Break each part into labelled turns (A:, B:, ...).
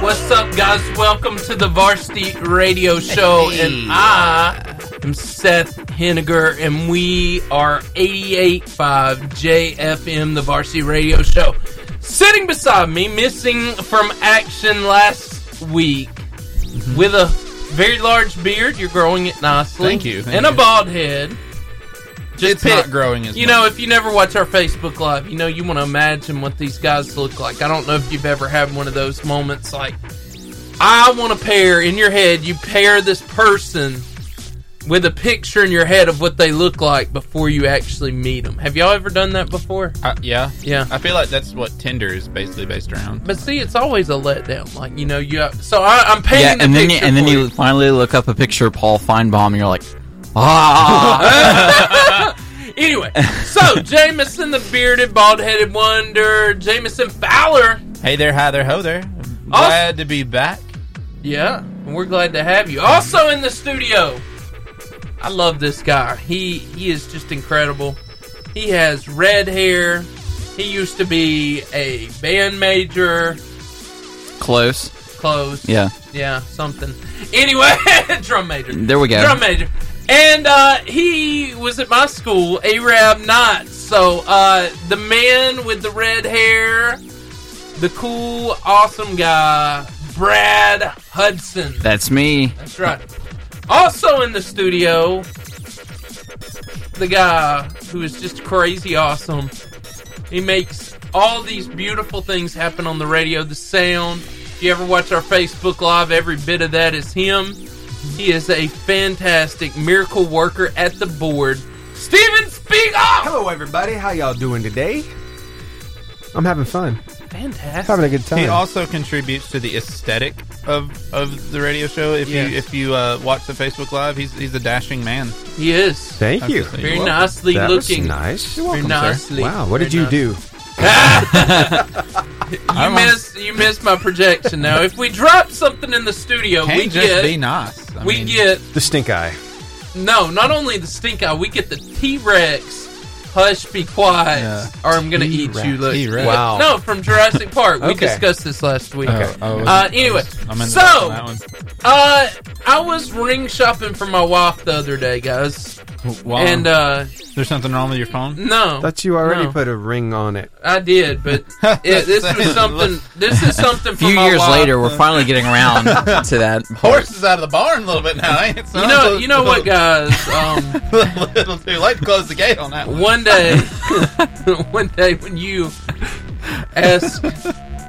A: guys? Welcome to the Varsity Radio Show, and I am Seth Henniger, and we are 88.5 JFM, the Varsity Radio Show. Sitting beside me, missing from action last week, with a very large beard. You're growing it nicely.
B: Thank you, thank
A: and a
B: you.
A: bald head. Just
B: it's not
A: pic-
B: growing as
A: you
B: much.
A: know, if you never watch our Facebook Live, you know, you want to imagine what these guys look like. I don't know if you've ever had one of those moments like, I want to pair in your head, you pair this person with a picture in your head of what they look like before you actually meet them. Have y'all ever done that before?
B: Uh, yeah,
A: Yeah.
B: I feel like that's what Tinder is basically based around.
A: But see, it's always a letdown. Like, you know, you have, so I, I'm
C: Yeah,
A: painting
C: and
A: the
C: then you,
A: picture.
C: and then
A: for
C: you finally look up a picture of Paul Feinbaum, and you're like, ah,
A: Anyway, so Jameson, the bearded, bald headed wonder, Jameson Fowler.
B: Hey there, hi there, ho there. Glad to be back.
A: Yeah, and we're glad to have you. Also in the studio, I love this guy. He he is just incredible. He has red hair. He used to be a band major.
C: close.
A: Close.
C: Yeah,
A: Yeah, something. Anyway, drum major.
C: there we go.
A: Drum major. And uh, he was at my school, Arab Knight. So uh, the man with the red hair, the cool, awesome guy, Brad Hudson.
C: That's me.
A: That's right. Also in the studio, the guy who is just crazy awesome. He makes all these beautiful things happen on the radio. The sound. If you ever watch our Facebook Live, every bit of that is him. He is a fantastic miracle worker at the board. Steven Spiegel!
D: Hello, everybody. How y'all doing today? I'm having fun.
A: Fantastic.
D: Having a good time.
B: He also contributes to the aesthetic of, of the radio show. If
A: Yes.
B: you if you uh, watch the Facebook live, he's he's a dashing man.
A: He is.
D: Thank
B: That's
D: you.
B: the thing.
A: Very
B: welcome.
A: nicely
D: That was
A: looking.
D: nice.
A: Very nicely.
D: Wow, what did
A: Very Ah,
D: you
A: nice.
D: do?
A: You missed you missed my projection. Now, if we drop something in the studio,
B: Can't
A: we
B: just
A: get
B: be nice. I
A: we
B: mean,
A: get
D: The stink eye.
A: no, not only the stink eye, we get the T Rex. Hush, be quiet,
B: Yeah.
A: or I'm gonna eat
D: T-Rex.
A: you. Look,
B: T-Rex.
D: Wow.
A: No, from Jurassic Park. We
D: Okay.
A: discussed this last week.
B: Oh, oh,
A: Uh, anyway,
B: I'm in the
A: so-
B: dark on that one.
A: Uh, I was ring shopping for my wife the other day, guys,
B: Wow.
A: and uh,
B: there's something wrong with your phone.
A: no,
D: Thought you already
A: No.
D: put a ring on it.
A: I did, but it, this was something. This is something.
C: A few years later, we're finally getting around to that. part.
B: Horse is out of the barn a little bit now. Ain't it? So
A: you
B: it's
A: know,
B: a
A: you know what,
B: little-
A: guys. Um,
B: a little too late to close the gate on that one.
A: one day, one day when you ask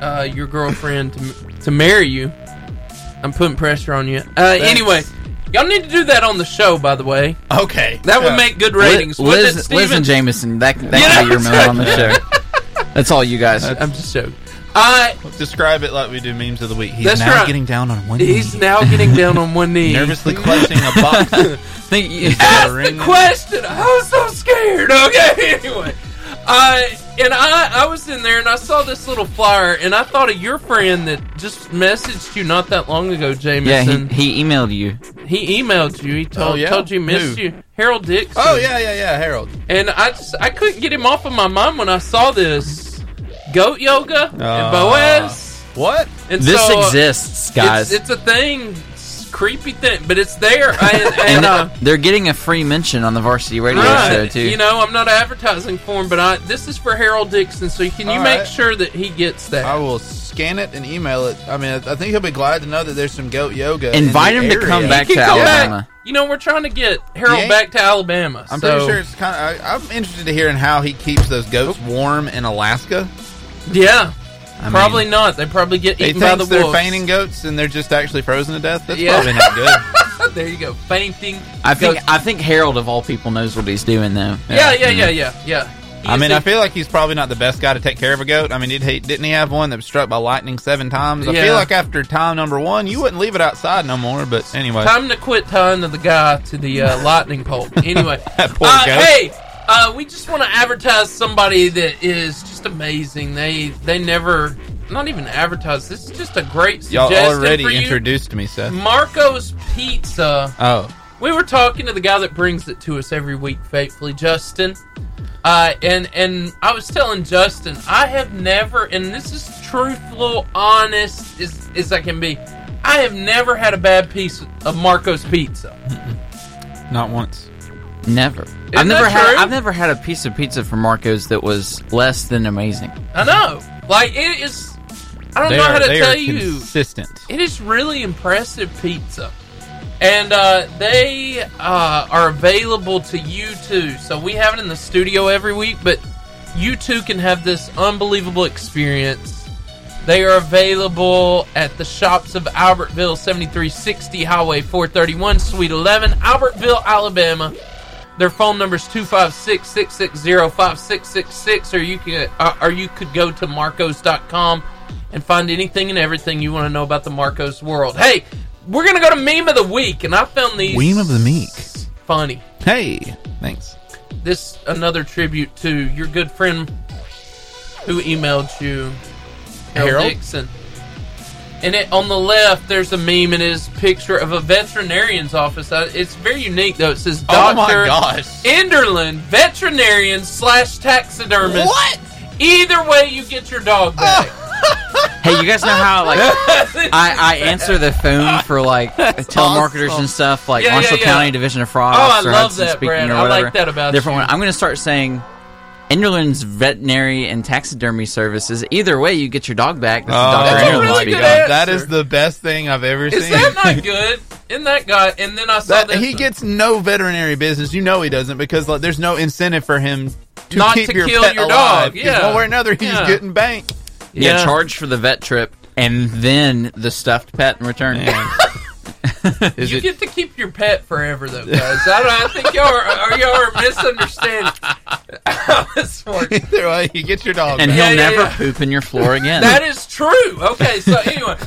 A: uh, your girlfriend to, to marry you, I'm putting pressure on you. Uh, anyway, y'all need to do that on the show. By the way,
B: Okay,
A: that
B: Yeah.
A: would make good ratings.
C: Liz, Liz,
A: Liz,
C: Liz and Jameson, that that can be your
A: that's
C: moment on the show. That's all you guys.
A: I'm just joking. Uh,
B: Describe it like we do memes of the week. He's
A: That's
B: now
A: right.
B: getting down on one
A: he's
B: knee,
A: now getting down on one knee.
B: nervously clutching a box.
C: Think you-
A: Ask
B: ring
A: the
B: in.
A: question. I was so scared. Okay, anyway. Uh, and I, I was in there and I saw this little flyer and I thought of your friend that just messaged you not that long ago,
C: yeah,
A: Jameson.
C: he, he emailed you.
A: he, emailed you. He told,
B: Oh, yeah?
A: told you he missed
B: Who?
A: you. Harold Dixon.
B: Oh yeah, yeah, yeah, Harold.
A: And I just I couldn't get him off of my mind when I saw this goat yoga and
B: Uh,
A: Boaz.
B: What?
A: And
C: This
A: so, uh,
C: exists, guys.
A: It's, it's a thing. It's a creepy thing, but it's there. And, and,
C: and
A: uh,
C: they're getting a free mention on the Varsity Radio
A: Right.
C: Show too.
A: You know, I'm not advertising for him, but I this is for Harold Dixon. So can you
B: All
A: make
B: right.
A: sure that he gets that?
B: I will scan it and email it. I mean, I think he'll be glad to know that there's some goat yoga. in
C: Invite
B: the
C: him to come
B: area.
C: back
A: He
C: to
A: can come back.
C: Alabama.
A: You know, we're trying to get Harold
B: Yeah.
A: back to Alabama.
B: I'm
A: so,
B: pretty sure it's kind of. I, I'm interested to hearing how he keeps those goats warm in Alaska.
A: Yeah,
B: I
A: probably
B: mean,
A: not. They probably get
B: He
A: eaten by the
B: thinks they're
A: wolves.
B: fainting goats and they're just actually frozen to death. That's
A: Yeah.
B: probably not good.
A: there you go, fainting.
C: I think
A: Goats.
C: I think Harold of all people knows what he's doing though.
A: Yeah, yeah, yeah, yeah, yeah.
B: Mm-hmm. I mean,
A: He's
B: I feel like he's probably not the best guy to take care of a goat. I mean, did he, didn't he have one that was struck by lightning seven times? I
A: Yeah.
B: feel like after time number one, you wouldn't leave it outside no more. But anyway,
A: Time to quit tying to the guy to the uh, lightning pole. Anyway,
B: That poor
A: uh,
B: guy.
A: hey, uh, we just want to advertise somebody that is just amazing. They they never not even advertise. This is just a great
B: y'all
A: suggestion
B: already
A: for you. Mm.
B: introduced me, Seth.
A: Marco's Pizza.
B: Oh,
A: We were talking to the guy that brings it to us every week, faithfully, Justin. Uh, and and I was telling Justin, I have never, and this is truthful, honest as, as I can be. I have never had a bad piece of Marco's pizza.
B: Not once.
C: Never.
A: that
C: I've never had.
A: true?
C: I've never had a piece of pizza from Marco's that was less than amazing.
A: I know. Like it is I don't
B: They
A: know
B: are,
A: how to
B: they
A: tell
B: are
A: you.
B: consistent.
A: It is really impressive pizza. And uh, they uh, are available to you too. So we have it in the studio every week, but you too can have this unbelievable experience. They are available at the shops of Albertville 7360 Highway 431 Suite 11, Albertville, Alabama. Their phone number is 256-660-5666 or you can uh, or you could go to marcos.com and find anything and everything you want to know about the Marcos world. Hey, we're going to go to meme of the week and I found these
B: Meme of the meek.
A: funny.
B: Hey, thanks.
A: This another tribute to your good friend who emailed you Harold,
B: Harold?
A: Dixon. And it, on the left, there's a meme and his picture of a veterinarian's office. Uh, It's very unique though. It says
B: Oh
A: Doctor
B: my gosh.
A: Enderlin, veterinarian slash taxidermist.
B: What?
A: Either way, you get your dog back.
C: Hey, you guys know how like I, I answer the phone for like telemarketers
B: awesome.
C: and stuff, like
A: Yeah, yeah,
C: Marshall
A: yeah.
C: County Division of Fraud.
A: Oh, I
C: Officer
A: love
C: Hudson
A: that,
C: speaking
A: Brad.
C: Or
A: I like
C: whatever.
A: that about
C: different
A: you.
C: one. I'm going to start saying. Enderlin's veterinary and taxidermy services. Either way, you get your dog back. This is
B: Oh.
C: Dr.
B: That's a
C: Enderlin
B: really
C: speaking.
A: good answer.
B: That is the best thing I've ever
A: Is
B: seen.
A: that not good? Isn't that guy? And then I saw
B: That-
A: that
B: he gets no veterinary business. You know he doesn't because like, there's no incentive for him to
A: Not
B: keep
A: to
B: your
A: kill
B: pet
A: your dog,
B: alive. 'cause
A: yeah.
B: one way or another, he's
A: Yeah.
B: getting bank.
C: You get charged for the vet trip and then the stuffed pet in return.
B: Is
A: you
B: it?
A: get to keep your pet forever, though, guys. I, don't, I think y'all are, are y'all are misunderstanding how this works.
B: Either way, you get your dog.
C: and
B: back.
C: he'll
A: Yeah, yeah,
C: never
A: yeah.
C: poop in your floor again.
A: That is true. Okay, so anyway,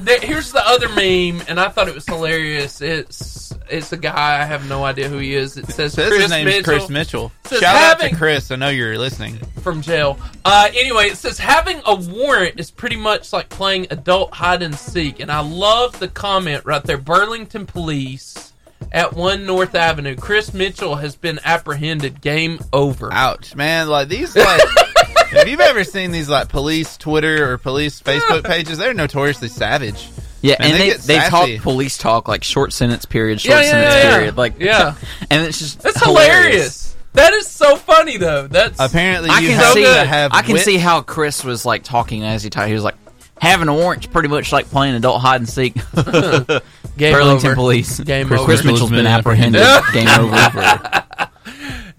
A: there, here's the other meme, and I thought it was hilarious. It's it's a guy I have no idea who he is. It says,
B: Says
A: Chris
B: his name's
A: Mitchell
B: Chris Mitchell.
A: Says
B: Shout out to
A: having-
B: Chris. I know you're listening.
A: from jail. Uh, anyway, it says having a warrant is pretty much like playing adult hide and seek, and I love the comment right there. Burlington Police at One North Avenue. Chris Mitchell has been apprehended. Game over.
B: Ouch, man! Like Uh, these, like if you've ever seen these, like police Twitter or police Facebook pages, they're notoriously savage.
C: Yeah,
B: Man,
C: and
B: they
C: they,
B: get
C: they, talk
B: sassy.
C: police talk like short sentence period, short
A: Yeah, yeah,
C: sentence
A: yeah, yeah.
C: period. Like
A: Yeah.
C: and it's just
A: That's hilarious. That is so funny though. That's
B: Apparently,
C: I
B: you
C: can
B: have
C: see
B: to have.
C: I can
B: wit-
C: see how Chris was like talking as he talked. He was like having a warrant's pretty much like playing adult hide and seek.
A: game
C: Burlington
A: over.
C: police.
A: Game
C: Chris,
A: over.
C: Chris Mitchell's been apprehended. Game over.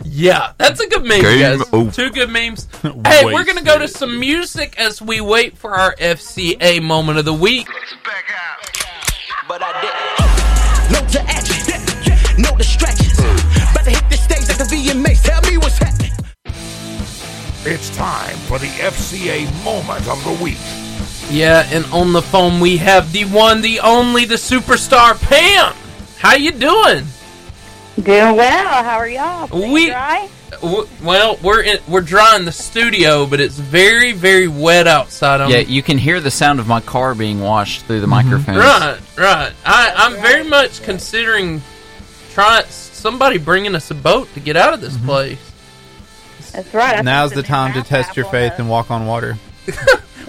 A: Yeah, that's a good meme,
C: Game
A: guys.
C: over.
A: Two good memes. hey, we're gonna go to some music as we wait for our FCA moment of the week.
E: But I did. No to action, no distractions. About to hit the stage like the VMAs. Tell me what's happening.
F: It's time for the FCA moment of the week.
A: Yeah, and on the phone we have the one, the only, the superstar Pam. How you doing?
G: Doing well. How are y'all? Staying
A: We-
G: dry?
A: W- Well, we're in, we're dry in the studio, but it's very very wet outside. I'm
C: yeah, you can hear the sound of my car being washed through the microphone.
A: Mm-hmm. Right, right. I, I'm very much considering trying somebody bringing us a boat to get out of this
C: Mm-hmm.
A: place.
G: That's right. I
B: Now's
G: think
B: the
G: it's a
B: time to
G: new
B: test your
G: apple,
B: faith
G: though.
B: and walk on water.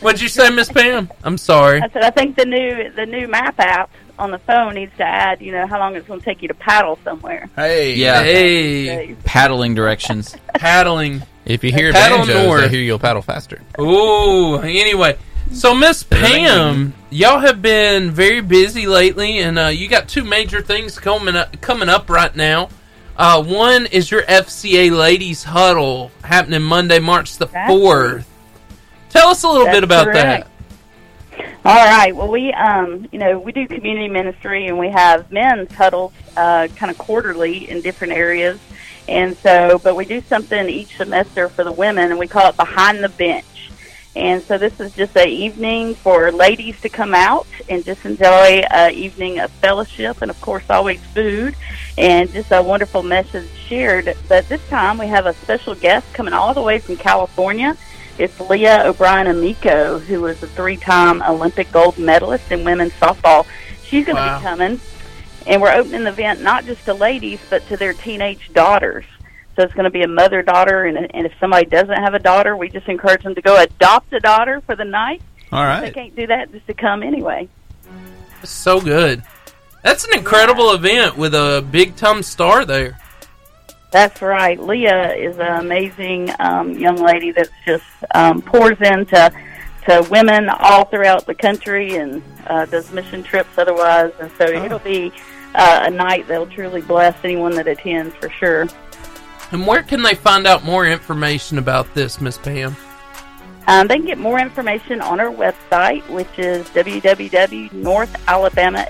A: What'd you say, Miss Pam? I'm sorry.
G: I said I think the new the new map app on the phone needs to add, you know, how long it's going to take you to paddle somewhere.
B: Hey,
C: Yeah.
A: Hey,
C: Paddling directions.
A: paddling.
B: If you hear
A: Paddle
B: banjos, I
A: north.
B: hear you'll paddle faster.
A: Ooh. Anyway, so Miss Pam, y'all have been very busy lately, and uh, you got two major things coming up, coming up right now. Uh, one is your FCA Ladies Huddle happening Monday, March the
G: That's
A: fourth. Tell us a little bit
G: That's
A: about that.
G: correct. All right. Well, we um, you know, we do community ministry and we have men's huddles uh, kind of quarterly in different areas, and so but we do something each semester for the women and we call it behind the bench. And so this is just a evening for ladies to come out and just enjoy a evening of fellowship and of course always food and just a wonderful message shared. But this time we have a special guest coming all the way from California. It's Leah O'Brien Amico, who was a three-time Olympic gold medalist in women's softball. She's going to
A: Wow.
G: be coming, and we're opening the event not just to ladies, but to their teenage daughters. So it's going to be a mother-daughter, and, and if somebody doesn't have a daughter, we just encourage them to go adopt a daughter for the night.
B: All
G: They
B: right.
G: can't do that just to come anyway.
A: So good. That's an incredible event with a big time star there.
G: That's right. Leah is an amazing um, young lady that just um, pours into to women all throughout the country and uh, does mission trips otherwise. And so
B: Oh.
G: it'll be uh, a night that'll truly bless anyone that attends for sure.
A: And where can they find out more information about this, Miss Pam?
G: Um, they can get more information on our website, which is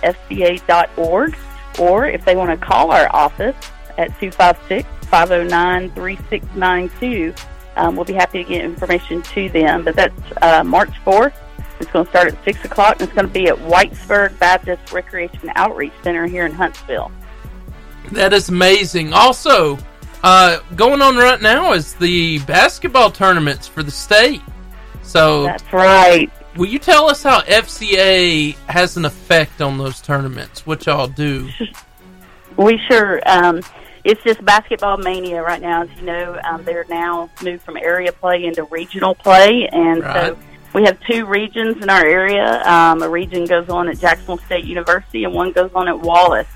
G: www.northalabamafca.org, or if they want to call our office at 256 509 3692, um, we'll be happy to get information to them. But that's uh, March 4th. It's going to start at 6 o'clock, and it's going to be at Whitesburg Baptist Recreation Outreach Center here in Huntsville.
A: That is amazing. Also, uh, going on right now is the basketball tournaments for the state. So,
G: That's right.
A: will you tell us how FCA has an effect on those tournaments? What y'all do?
G: We sure. Um, it's just basketball mania right now. As you know, um, they're now moved from area play into regional play, and
A: Right.
G: so we have two regions in our area. Um, a region goes on at Jacksonville State University, and one goes on at Wallace.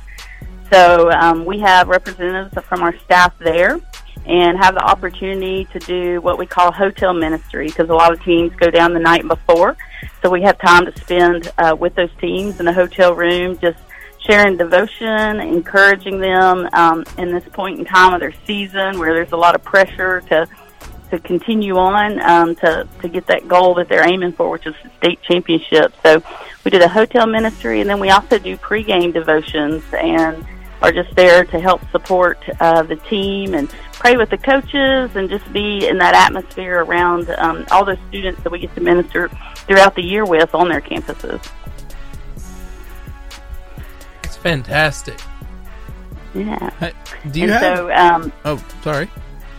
G: So um, we have representatives from our staff there. And have the opportunity to do what we call hotel ministry because a lot of teams go down the night before. So we have time to spend uh, with those teams in a hotel room, just sharing devotion, encouraging them um, in this point in time of their season where there's a lot of pressure to to continue on um, to to get that goal that they're aiming for, which is the state championship. So we do the hotel ministry, and then we also do pregame devotions and are just there to help support uh, the team and pray with the coaches and just be in that atmosphere around um, all those students that we get to minister throughout the year with on their campuses.
A: It's fantastic.
G: Yeah.
B: Hey, do you
G: and
B: have?
G: so um,
B: oh, sorry.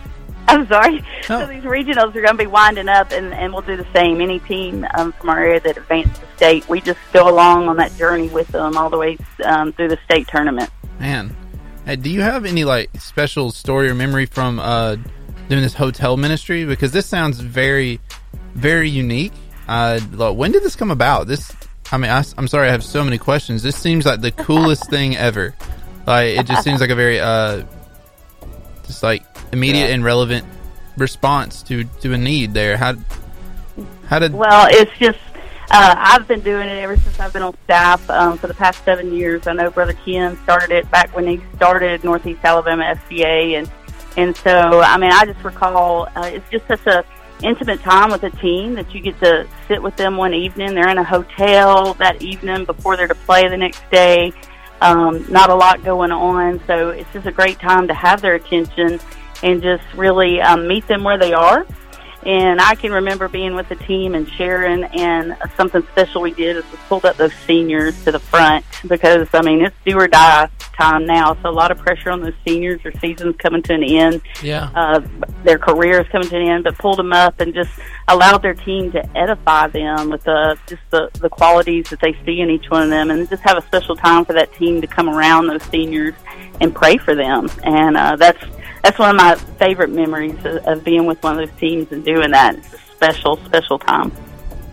G: I'm sorry.
B: No.
G: So these regionals are going to be winding up, and, and we'll do the same. Any team um, from our area that advanced the state, we just go along on that journey with them all the way um, through the state tournament.
B: Man, hey, do you have any like special story or memory from uh, doing this hotel ministry? Because this sounds very, very unique. Uh, like, when did this come about? This, I mean, I, am sorry, I have so many questions. This seems like the coolest thing ever. Like, it just seems like a very, uh, just like immediate and relevant response to to a need there. How, how did?
G: Well, it's just uh, I've been doing it ever since I've been on staff um, for the past seven years. I know Brother Ken started it back when he started Northeast Alabama FCA, and and so I mean I just recall uh, it's just such a intimate time with a team that you get to sit with them one evening. They're in a hotel that evening before they're to play the next day. Um, not a lot going on, so it's just a great time to have their attention and just really um, meet them where they are. And I can remember being with the team and sharing, and something special we did is we pulled up those seniors to the front because, I mean, it's do or die time now. So a lot of pressure on those seniors. Their season's coming to an end,
A: Yeah.
G: uh, their career is coming to an end, but pulled them up and just allowed their team to edify them with the, just the, the qualities that they see in each one of them and just have a special time for that team to come around those seniors and pray for them. And uh, that's that's one of my favorite memories of, of being with one of those teams and doing that. It's a special, special time.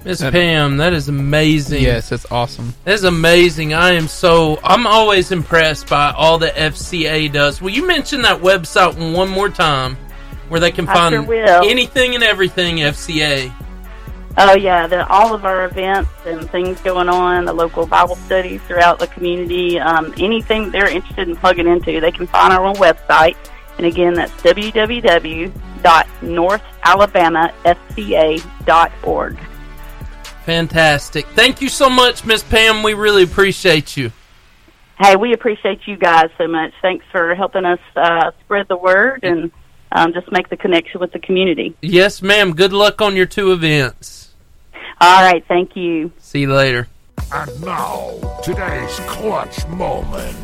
A: Miss Pam, that is amazing.
B: Yes, that's awesome.
A: That is amazing. I am so I'm always impressed by all that FCA does. Will you mention that website one more time where they can
G: I
A: find
G: sure will.
A: anything and everything FCA?
G: Oh yeah, the, all of our events and things going on, the local Bible studies throughout the community, um, anything they're interested in plugging into, they can find our own website. And again, that's www.northalabamafca.org.
A: Fantastic. Thank you so much, Miss Pam. We really appreciate you.
G: Hey, we appreciate you guys so much. Thanks for helping us uh, spread the word and um, just make the connection with the community.
A: Yes, ma'am. Good luck on your two events.
G: All right, thank you.
A: See you later.
F: And now, today's clutch moment.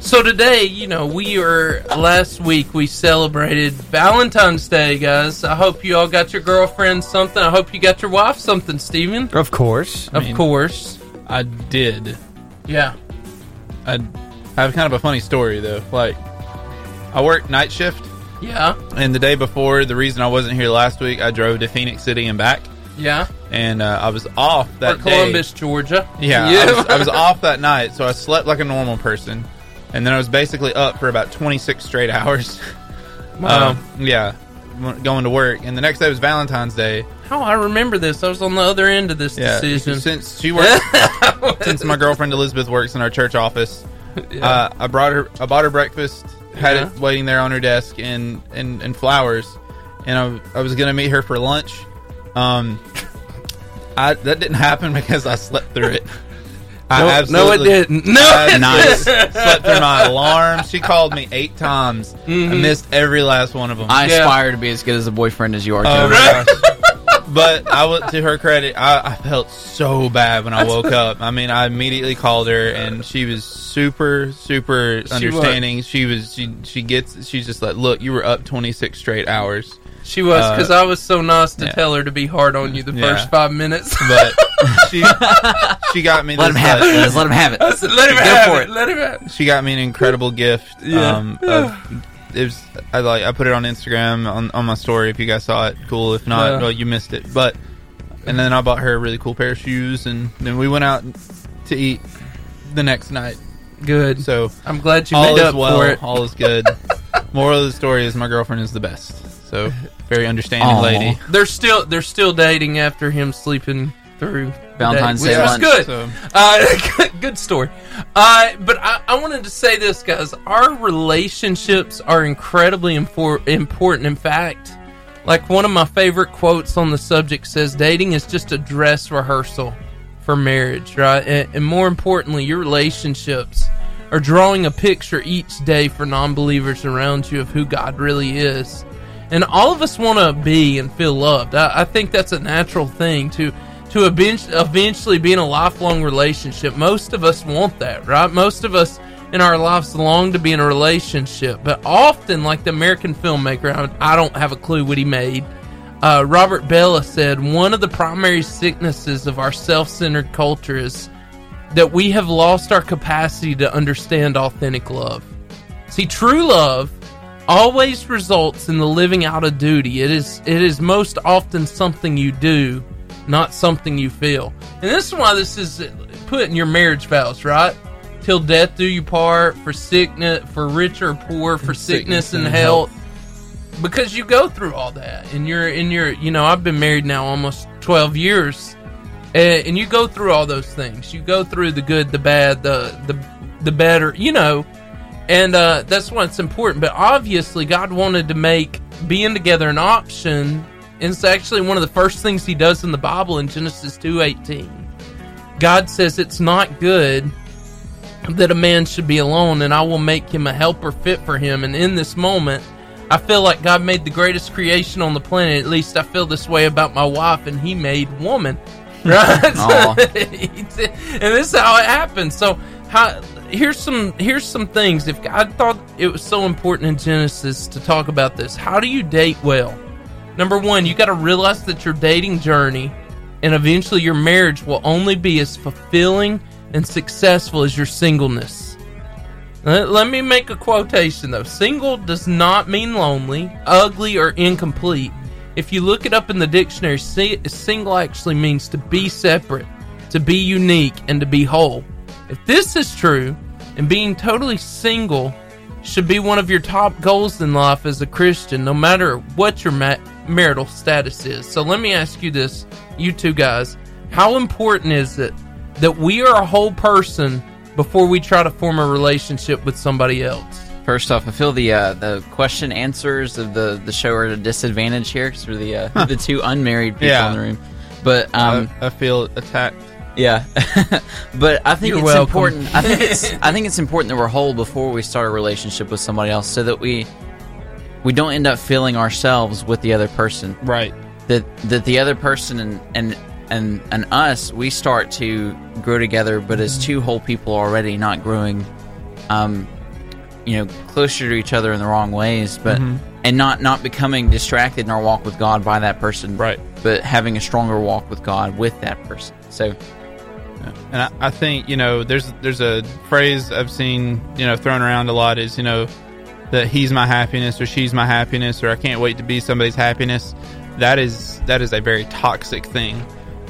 A: So today, you know, we are last week we celebrated Valentine's Day, guys. I hope you all got your girlfriend something. I hope you got your wife something, Steven.
D: Of course.
A: Of
B: mean-
A: course.
B: I did.
A: Yeah.
B: I I have kind of a funny story though. Like, I work night shift.
A: Yeah.
B: And the day before, the reason I wasn't here last week, I drove to Phoenix City and back.
A: Yeah.
B: and uh, I was off
A: For
B: that day.
A: Columbus, Georgia.
B: Yeah, I, was, I was off that night, so I slept like a normal person, and then I was basically up for about 26 straight hours.
A: Wow.
B: Um, yeah, w- going to work, and the next day was Valentine's Day.
A: How I remember this. I was on the other end of this
B: Yeah,
A: decision.
B: since she works, since my girlfriend Elizabeth works in our church office, uh, I brought her, I bought her breakfast, had it
A: Yeah.
B: waiting there on her desk, and and, and flowers, and I, I was gonna meet her for lunch. Um, I that didn't happen because I slept through it. I
A: No, no, it
B: absolutely-
A: didn't. No,
B: I
A: it
B: nice.
A: didn't.
B: slept through my alarm. She called me eight times. I
A: Mm-hmm.
B: missed every last one of them.
C: I
A: Yeah. Uh,
C: aspire to be as good as a boyfriend as you are.
B: Oh
C: Kevin.
B: my gosh. But I would, to her credit, I, I felt so bad when I woke up. I mean, I immediately called her, and she was super, super understanding. She was, she, she gets, she's just like, look, you were up twenty six straight hours,
A: She was because I was so nice to
B: Uh, yeah.
A: tell her to be hard on you the
B: Yeah.
A: first five minutes.
B: but she, she got me.
C: Let
B: this,
C: him have it.
B: like,
C: Liz. Let him have it.
A: I said, let him
C: Go
A: have
C: for
A: it.
C: it.
A: Let him have it.
B: she got me an incredible gift.
A: Yeah.
B: Um, of, it was I like I put it on Instagram on, on my story. If you guys saw it, cool. If not,
A: Yeah.
B: well, you missed it. But and then I bought her a really cool pair of shoes, and then we went out to eat the next night.
A: Good.
B: So
A: I'm glad you
B: all
A: made
B: is
A: up
B: well.
A: for it.
B: All is good. Moral of the story is my girlfriend is the best. So very understanding
C: Aw.
B: lady.
A: They're still they're still dating after him sleeping through the
C: Valentine's
A: day, which
C: Day
A: was
C: lunch.
A: good.
B: So,
A: Uh, good- good story. Uh, but I, I wanted to say this, guys. Our relationships are incredibly impor- important. In fact, like one of my favorite quotes on the subject says, dating is just a dress rehearsal for marriage, right? And, and more importantly, your relationships are drawing a picture each day for non believers around you of who God really is. And all of us want to be and feel loved. I, I think that's a natural thing to to event- eventually be in a lifelong relationship. Most of us want that, right? Most of us in our lives long to be in a relationship, but often, like the American filmmaker, I, I don't have a clue what he made. Uh, Robert Bella said one of the primary sicknesses of our self-centered culture is that we have lost our capacity to understand authentic love. See, true love always results in the living out of duty. It is it is most often something you do, not something you feel. And this is why this is put in your marriage vows, right? Till death do you part, for sickness, for rich or poor, for sickness, and, health. Because you go through all that, and you're in your, you know, I've been married now almost twelve years, eh, and, and you go through all those things. You go through the good, the bad, the the the better, you know, and uh, that's why it's important. But obviously, God wanted to make being together an option, and it's actually one of the first things He does in the Bible in Genesis two eighteen. God says it's not good that a man should be alone, and I will make him a helper fit for him. And in this moment, I feel like God made the greatest creation on the planet. At least I feel this way about my wife, and He made woman. Right?
C: Aw.
A: and this is how it happens. So, how, here's some here's some things. If God thought it was so important in Genesis to talk about this, how do you date well? Number one, you got to realize that your dating journey and eventually your marriage will only be as fulfilling and successful as your singleness. Let, Uh, let me make a quotation though. Single does not mean lonely, ugly, or incomplete. If you look it up in the dictionary, si- single actually means to be separate, to be unique, and to be whole. If this is true, and being totally single should be one of your top goals in life as a Christian, no matter what your ma- marital status is. So let me ask you this, you two guys. How important is it that we are a whole person before we try to form a relationship with somebody else?
C: First off, I feel the uh, the question answers of the, the show are at a disadvantage here because we're the uh, the two unmarried people
B: Yeah.
C: in the room. But um,
B: I, I feel attacked.
C: yeah, but I think
A: You're
C: it's
A: welcome.
C: important. I think it's I think it's important that we're whole before we start a relationship with somebody else, so that we we don't end up feeling ourselves with the other person.
B: Right.
C: that that the other person and and and, and us we start to grow together but as two whole people already not growing um you know closer to each other in the wrong ways but and not not becoming distracted in our walk with god by that person
B: Right.
C: but having a stronger walk with god with that person so
B: And I, I think you know, there's there's a phrase I've seen you know thrown around a lot is you know that he's my happiness or she's my happiness or I can't wait to be somebody's happiness. that is that is a very toxic thing.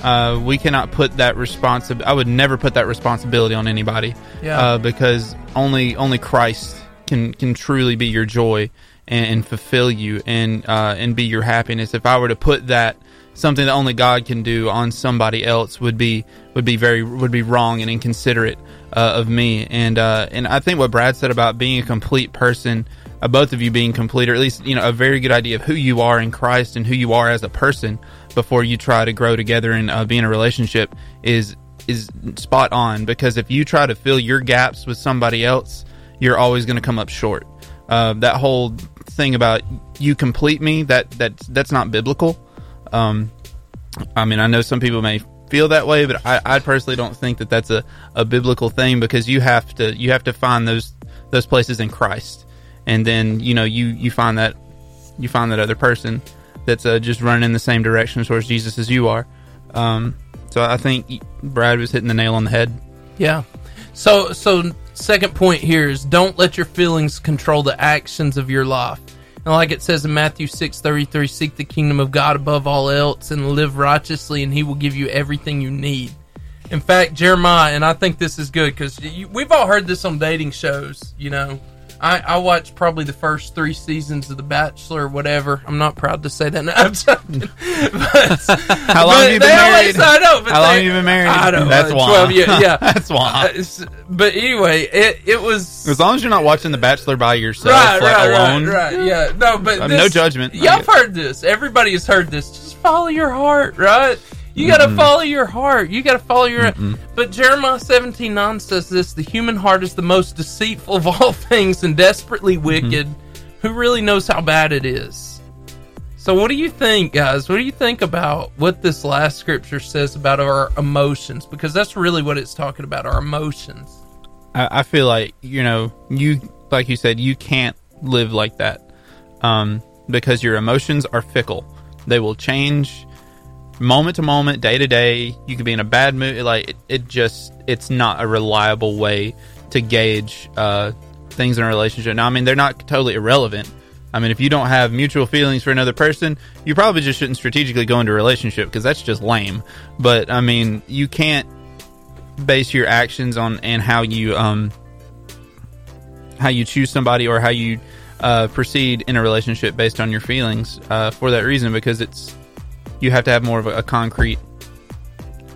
B: Uh, we cannot put that responsibility. I would never put that responsibility on anybody.
A: Yeah.
B: Uh, because only only Christ can can truly be your joy and, and fulfill you and uh, and be your happiness. If I were to put that something that only God can do on somebody else would be would be very would be wrong and inconsiderate uh, of me. And uh, and I think what Brad said about being a complete person, uh, both of you being complete, or at least you know a very good idea of who you are in Christ and who you are as a person before you try to grow together and uh, be in a relationship is is spot on because if you try to fill your gaps with somebody else, you're always going to come up short. Uh, that whole thing about you complete me that that's that's not biblical. Um, I mean, I know some people may feel that way, but I, I personally don't think that that's a, a biblical thing because you have to you have to find those those places in Christ, and then you know you you find that you find that other person that's uh, just running in the same direction towards Jesus as you are. Um, so I think Brad was hitting the nail on the head.
A: Yeah. So so second point here is don't let your feelings control the actions of your life. And like it says in Matthew 6:33, seek the kingdom of God above all else and live righteously and he will give you everything you need. In fact, Jeremiah, and I think this is good cuz we've all heard this on dating shows, you know. I, I watched probably the first three seasons of The Bachelor, or whatever. I'm not proud to say that. No, I'm joking. But,
B: How long
A: but
B: have you been
A: they always-
B: married?
A: I know, but
B: How long
A: they-
B: have you been married?
A: I don't know.
B: That's
A: uh,
B: why.
A: 12 years, yeah.
B: that's why.
A: Uh, s- but anyway, it it was
B: As long as you're not watching The Bachelor by yourself,
A: right,
B: like,
A: right,
B: alone.
A: right, right. Yeah, no, but
B: Uh,
A: this-
B: no judgment. I
A: Y'all
B: get-
A: have heard this. Everybody has heard this. Just follow your heart, right? You
B: Mm-hmm.
A: gotta follow your heart. You gotta follow your. But Jeremiah seventeen nine says this: the human heart is the most deceitful of all things and desperately
B: Mm-hmm.
A: wicked. Who really knows how bad it is? So, what do you think, guys? What do you think about what this last scripture says about our emotions? Because that's really what it's talking about: our emotions.
B: I, I feel like you know you like you said you can't live like that um, because your emotions are fickle. They will change moment to moment, day to day. You could be in a bad mood. Like it, it just it's not a reliable way to gauge uh, things in a relationship. Now, I mean, they're not totally irrelevant. I mean, if you don't have mutual feelings for another person, you probably just shouldn't strategically go into a relationship because that's just lame. But I mean, you can't base your actions on and how you um how you choose somebody or how you uh, proceed in a relationship based on your feelings uh, for that reason because it's you have to have more of a, a concrete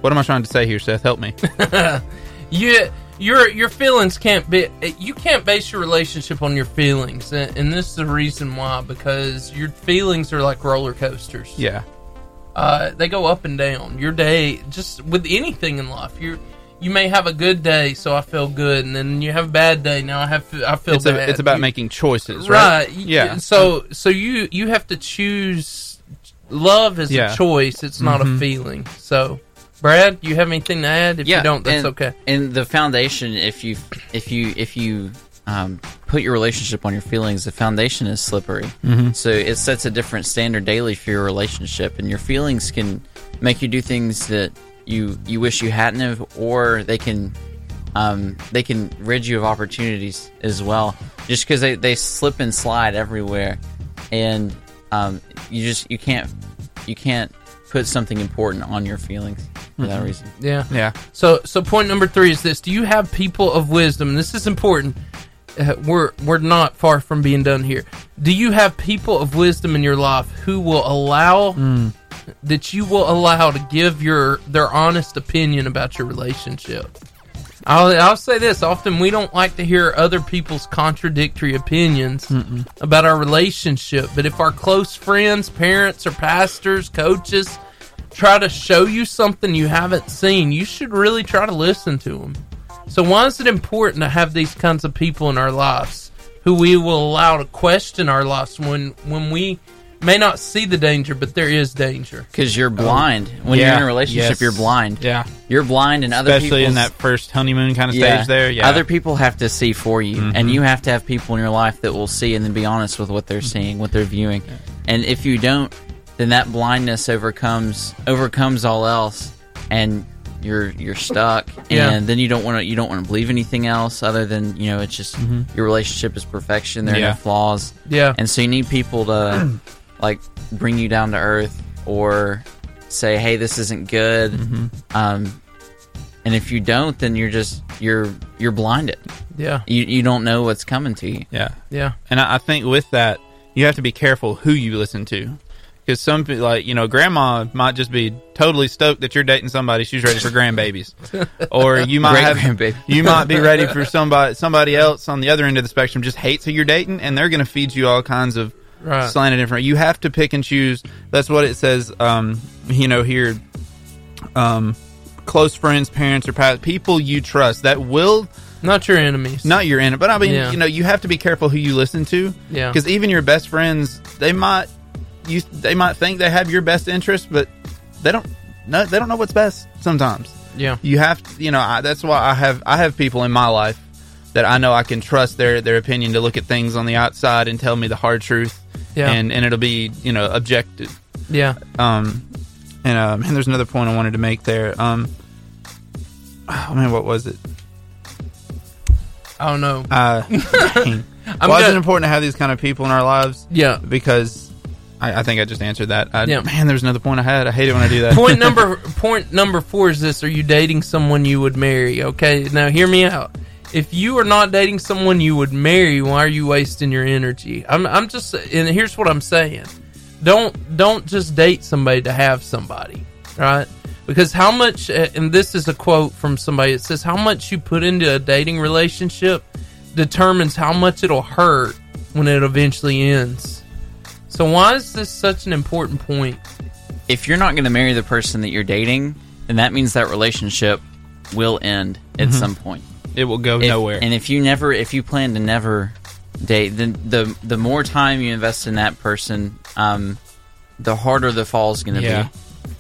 B: what am i trying to say here seth help me
A: you your your feelings can't be you can't base your relationship on your feelings and, and this is the reason why because your feelings are like roller coasters
B: yeah
A: uh, they go up and down your day just with anything in life you you may have a good day so i feel good and then you have a bad day now i have i feel
B: it's,
A: bad
B: a, it's about
A: You-
B: making choices
A: right,
B: right,
A: y-
B: yeah
A: so so you you have to choose love is
B: Yeah. Mm-hmm.
A: a choice it's not a feeling so brad you have anything to add if you don't that's
C: and-
A: okay
C: And the foundation, if you if you if you um, put your relationship on your feelings, the foundation is slippery.
A: Mm-hmm.
C: So it sets a different standard daily for your relationship, and your feelings can make you do things that you you wish you hadn't have, or they can um, they can rid you of opportunities as well, just because they, they slip and slide everywhere, and um, you just you can't you can't put something important on your feelings for
A: Mm-hmm.
C: that reason.
A: yeah
B: yeah
A: So, so point number three is this: Do you have people of wisdom? This is important. Uh, we're we're not far from being done here. Do you have people of wisdom in your life who will allow
C: Mm.
A: that you will allow to give your their honest opinion about your relationship? I'll, I'll say this often we don't like to hear other people's contradictory opinions about our relationship but if our close friends parents or pastors coaches try to show you something you haven't seen you should really try to listen to them so why is it important to have these kinds of people in our lives who we will allow to question our lives when when we may not see the danger but there is danger
C: Because you're blind. When
B: Yeah.
C: you're in a relationship,
B: Yes.
C: you're blind.
B: yeah
C: You're blind, and other
B: especially in
C: people's-
B: that first honeymoon kind of stage there yeah Mm-hmm.
C: Other people have to see for you, and you have to have people in your life that will see and then be honest with what they're
B: Mm-hmm.
C: seeing, what they're viewing. And if you don't, then that blindness overcomes overcomes all else, and you're you're stuck.
A: Yeah.
C: And then you don't want to you don't want to believe anything else other than you know it's just your relationship is perfection. There are
B: Mm-hmm. Yeah.
C: no flaws.
A: Yeah.
C: And so you need people to like bring you down to earth or say, "Hey, this isn't good."
B: Mm-hmm.
C: Um, and if you don't, then you're just you're you're blinded.
A: Yeah.
C: You you don't know what's coming to you.
B: Yeah.
A: Yeah.
B: And I, I think with that, you have to be careful who you listen to. Because some, pe- like, you know, grandma might just be totally stoked that you're dating somebody. She's ready for grandbabies. or you might
C: Great
B: have,
C: grandbaby.
B: you might be ready for somebody, somebody else on the other end of the spectrum just hates who you're dating and they're going to feed you all kinds of
A: Right.
B: slanted information. You have to pick and choose. That's what it says, um, you know, here, um, close friends, parents, or past people you trust that will
A: Not your enemies.
B: not you're in it, but I mean,
A: Yeah.
B: you know, you have to be careful who you listen to.
A: Yeah.
B: Because even your best friends, they might you they might think they have your best interest, but they don't know they don't know what's best sometimes.
A: Yeah.
B: You have to, you know, I, that's why I have I have people in my life that I know I can trust their their opinion to look at things on the outside and tell me the hard truth.
A: Yeah.
B: And and it'll be, you know, objective.
A: Yeah.
B: Um, and uh, man, there's another point I wanted to make there. Um, oh man, what was it?
A: I don't know.
B: Uh, dang.
A: I'm
B: Why is it
A: gonna-
B: important to have these kind of people in our lives?
A: Yeah.
B: Because I, I think I just answered that. I,
A: Yeah.
B: Man, there's another point I had. I hate it when I do that.
A: point number point number four is this: Are you dating someone you would marry? Okay, now hear me out. If you are not dating someone you would marry, why are you wasting your energy? I'm I'm just and here's what I'm saying: Don't don't just date somebody to have somebody, right? Because how much uh, and this is a quote from somebody. It says how much you put into a dating relationship determines how much it'll hurt when it eventually ends. So why is this such an important point?
C: If you're not going to marry the person that you're dating, then that means that relationship will end at some point.
B: Mm-hmm. it will go
C: If-
B: nowhere.
C: And if you never, if you plan to never date, then the the more time you invest in that person, um, the harder the fall is going to
B: Yeah.
C: be.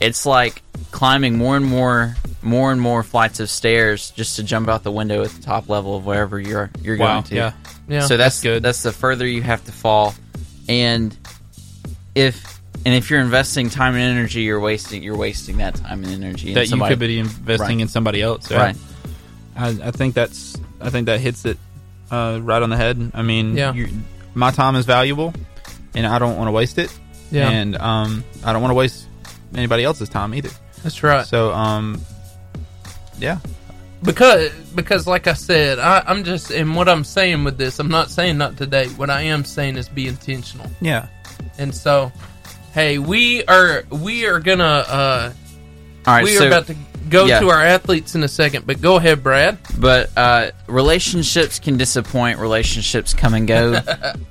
C: It's like climbing more and more, more and more flights of stairs just to jump out the window at the top level of wherever you're you're
B: wow.
C: going to.
B: Yeah.
A: Yeah.
C: So that's,
B: good.
C: good. That's the further you have to fall, and if and if you're investing time and energy, you're wasting you're wasting that time and energy. in
B: That you
C: somebody-
B: could be investing
C: Right.
B: in somebody else.
C: right.
B: I, I think that's. I think that hits it uh, right on the head. I mean,
A: Yeah.
B: you- my time is valuable, and I don't want to waste it.
A: Yeah.
B: And um, I don't want to waste anybody else's time either.
A: That's right.
B: So, um, yeah.
A: because because like I said, I, I'm just and what I'm saying with this, I'm not saying not to date. What I am saying is be intentional.
B: Yeah.
A: And so, hey, we are we are gonna uh,
C: All right.
A: we
C: so-
A: are about to go
C: yeah.
A: to our athletes in a second. But go ahead, Brad.
C: But uh, relationships can disappoint. Relationships come and go.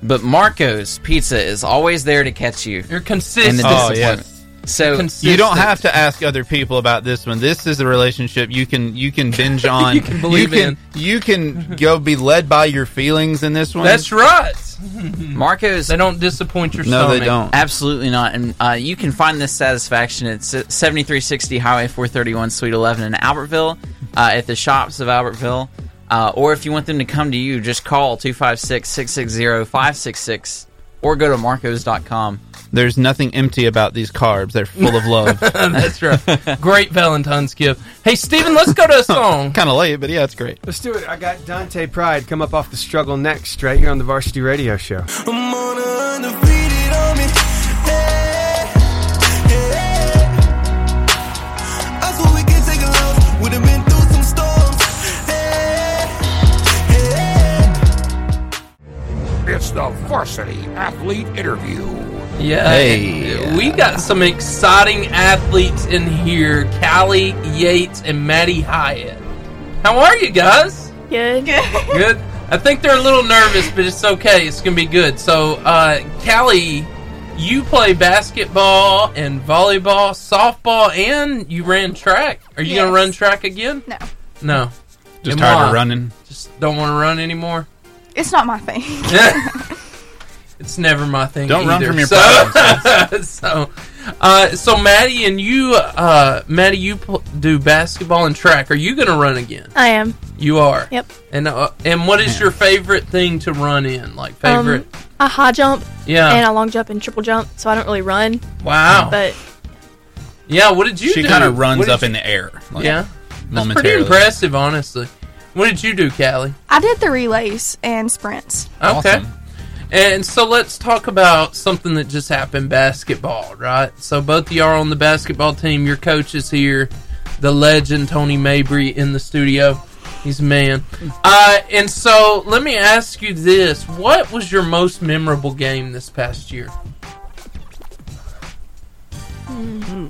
C: but Marco's Pizza is always there to catch you.
A: You're consistent.
C: And the
B: Oh,
C: disappointment.
B: yeah.
C: So
A: consistent.
B: you don't have to ask other people about this one. This is a relationship you can you can binge on.
A: You can believe
B: you can, You can go be led by your feelings in this one.
A: That's right.
C: Marco's
A: They don't disappoint your
B: no,
A: stomach.
B: they don't.
C: absolutely not. And uh, you can find this satisfaction at se- 7360 Highway 431 Suite 11 in Albertville, uh, at the shops of Albertville. Uh, or if you want them to come to you, just call 256 660 566 or go to marcos.com.
B: There's nothing empty about these carbs. They're full of love.
A: That's right. Great Valentine's gift. Hey, Steven, let's go to a song.
B: kind of late, but yeah, it's great.
D: Let's do it. I got Dante Pride come up off the struggle next, right here on the Varsity Radio Show.
H: I'm on a undefeated army. Hey, hey. I swear we can take a loss. Would've been through some storms. Hey, hey.
F: It's the Varsity Athlete Interview.
A: Yeah.
B: Hey.
A: We got some exciting athletes in here Callie Yates and Maddie Hyatt. How are you guys?
I: Good.
A: Good. I think they're a little nervous, but it's okay. It's going to be good. So, uh, Callie, you play basketball and volleyball, softball, and you ran track. Are you going to
I: Yes.
A: run track again?
I: No,
A: No.
B: Just
A: And
B: tired
A: why?
B: of running.
A: Just don't want to run anymore.
I: it's not my thing.
A: it's never my thing.
B: Don't run
A: either.
B: from your
A: so, so, uh, so Maddie and you, uh, Maddie, you pl- do basketball and track. Are you going to run again?
I: I am.
A: You are.
I: Yep.
A: And uh, and what is your favorite thing to run in? Like favorite?
I: Um, I high jump and
A: yeah.
I: I long jump and triple jump, so I don't really run.
A: wow.
I: But
A: yeah. What did you?
B: she
A: do?
B: kind of runs
A: What did
B: up
A: you-
B: in the air. like,
A: yeah. That's pretty
B: momentarily.
A: impressive, honestly. What did you do, Callie?
I: I did the relays and sprints.
A: Okay.
B: Awesome.
A: And so let's talk about something that just happened basketball, right? So both of y'all are on the basketball team. Your coach is here, the legend Tony Mabry in the studio. He's a man. Uh, and so let me ask you this What was your most memorable game this past year?
I: mm,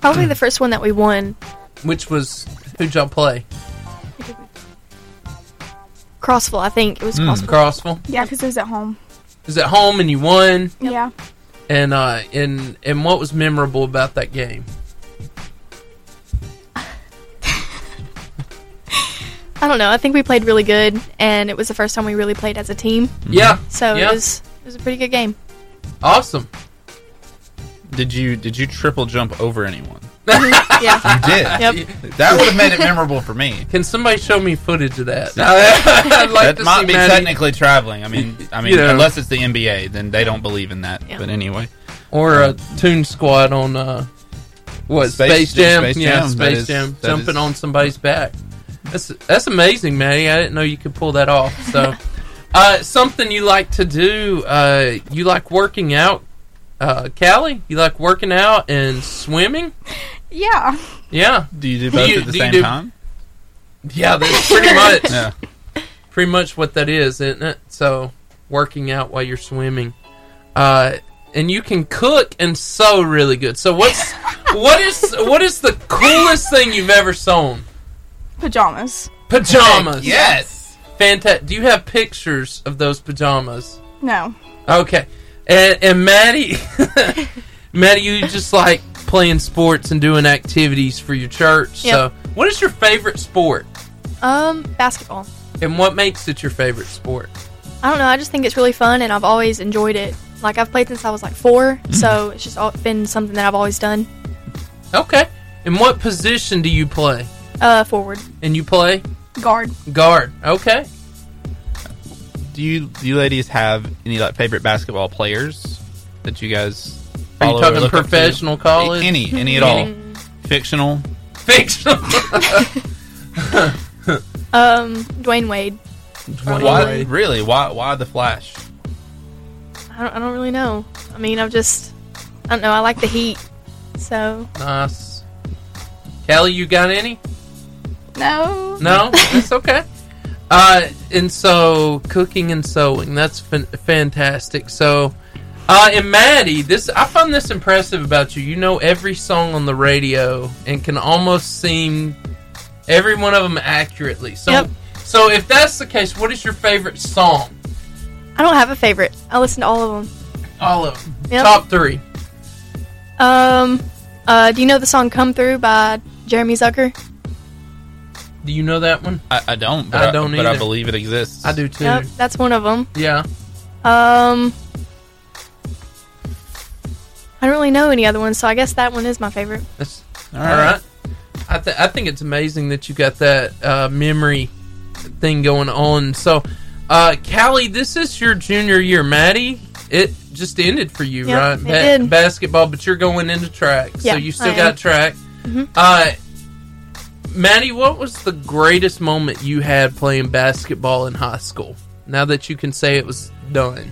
I: Probably the first one that we won.
A: Which was, who'd y'all play?
I: Crossville, I think it was
A: Mm.
I: Crossville.
A: Crossville?
I: Yeah, because it was at home.
A: It was at home and you won.
I: Yeah.
A: And, uh, and, and what was memorable about that game?
I: I don't know. I think we played really good, and it was the first time we really played as a team.
A: Yeah.
I: So
A: Yeah.
I: it was it was a pretty good game.
A: Awesome.
B: Did you did you triple jump over anyone?
I: Mm-hmm, yeah.
B: You did.
I: Yep.
B: That would have made it memorable for me.
A: Can somebody show me footage of that? I'd like
B: that
A: to
B: might
A: see
B: be
A: Maddie-
B: technically traveling. I mean, I mean,
A: You know.
B: unless it's the NBA, then they don't believe in that.
I: Yeah.
B: But anyway,
A: or a Toon Squad on uh, what Space, Jam?
B: Space
A: Yeah,
B: Jam, that
A: Space
B: is-
A: Jam,
B: that
A: jumping
B: is-
A: on somebody's back. That's that's amazing, Maddie. I didn't know you could pull that off. So, uh, something you like to do? Uh, you like working out, uh, Callie? You like working out and swimming?
J: Yeah.
A: Yeah,
B: Do you do
A: Do
B: both
A: you-
B: at the
A: do you
B: same
A: do-
B: time?
A: yeah. That's pretty much
B: Yeah.
A: pretty much what that is, isn't it? So, working out while you're swimming, uh, and you can cook and sew really good. So, what's what is what is the coolest thing you've ever sewn?
J: Pajamas.
A: Pajamas.
B: Yes.
A: Fantastic. Do you have pictures of those pajamas?
J: No.
A: Okay. And, and Maddie, Maddie, you just like playing sports and doing activities for your church.
I: Yep.
A: So, what is your favorite sport,
I: Um, basketball.
A: and what makes it your favorite sport?
I: I don't know. I just think it's really fun, and I've always enjoyed it. Like I've played since I was like four, so
A: Mm.
I: it's just al- been something that I've always done.
A: Okay. And what position do you play?
I: Uh, forward
A: And you play?
J: Guard.
A: Guard. Okay.
B: Do you do you ladies have any like favorite basketball players that you guys?
A: Are you
B: follow or
A: talking
B: look up to?
A: professional college?
B: Any any at all? Fictional.
A: Fictional.
I: Um, Dwayne Wade.
B: Why, really? Why why the Flash?
I: I don't, I don't really know. I mean, I've just I don't know. I like the heat, so
A: Nice. Kelly, you got any?
J: No.
A: No? That's okay. Uh, and so, cooking and sewing. That's fan- fantastic. So, uh, and Maddie, this I find this impressive about you. You know every song on the radio and can almost sing every one of them accurately. So,
I: Yep.
A: so if that's the case, what is your favorite song?
I: I don't have a favorite. I listen to all of them.
A: All of them.
I: Yep.
A: Top three.
I: Um, uh, do you know the song "Come Through" by Jeremy Zucker?
A: Do you know that one?
B: I, I don't. But
A: I
B: I,
A: don't
B: But I
A: either.
B: believe it exists.
A: I do too.
I: Yep, that's one of them.
A: Yeah.
I: Um, I don't really know any other ones, so I guess that one is my favorite.
A: That's
B: All
A: all right. I, th- I think it's amazing that you got that uh, memory thing going on. So, uh, Callie, this is your junior year. Maddie, it just ended for you,
I: Yep,
A: right?
I: it did.
A: Basketball, but you're going into track.
I: Yeah,
A: so you still
I: I
A: got
I: am. Mm-hmm.
A: track. Uh, Maddie, what was the greatest moment you had playing basketball in high school? Now that you can say it was done.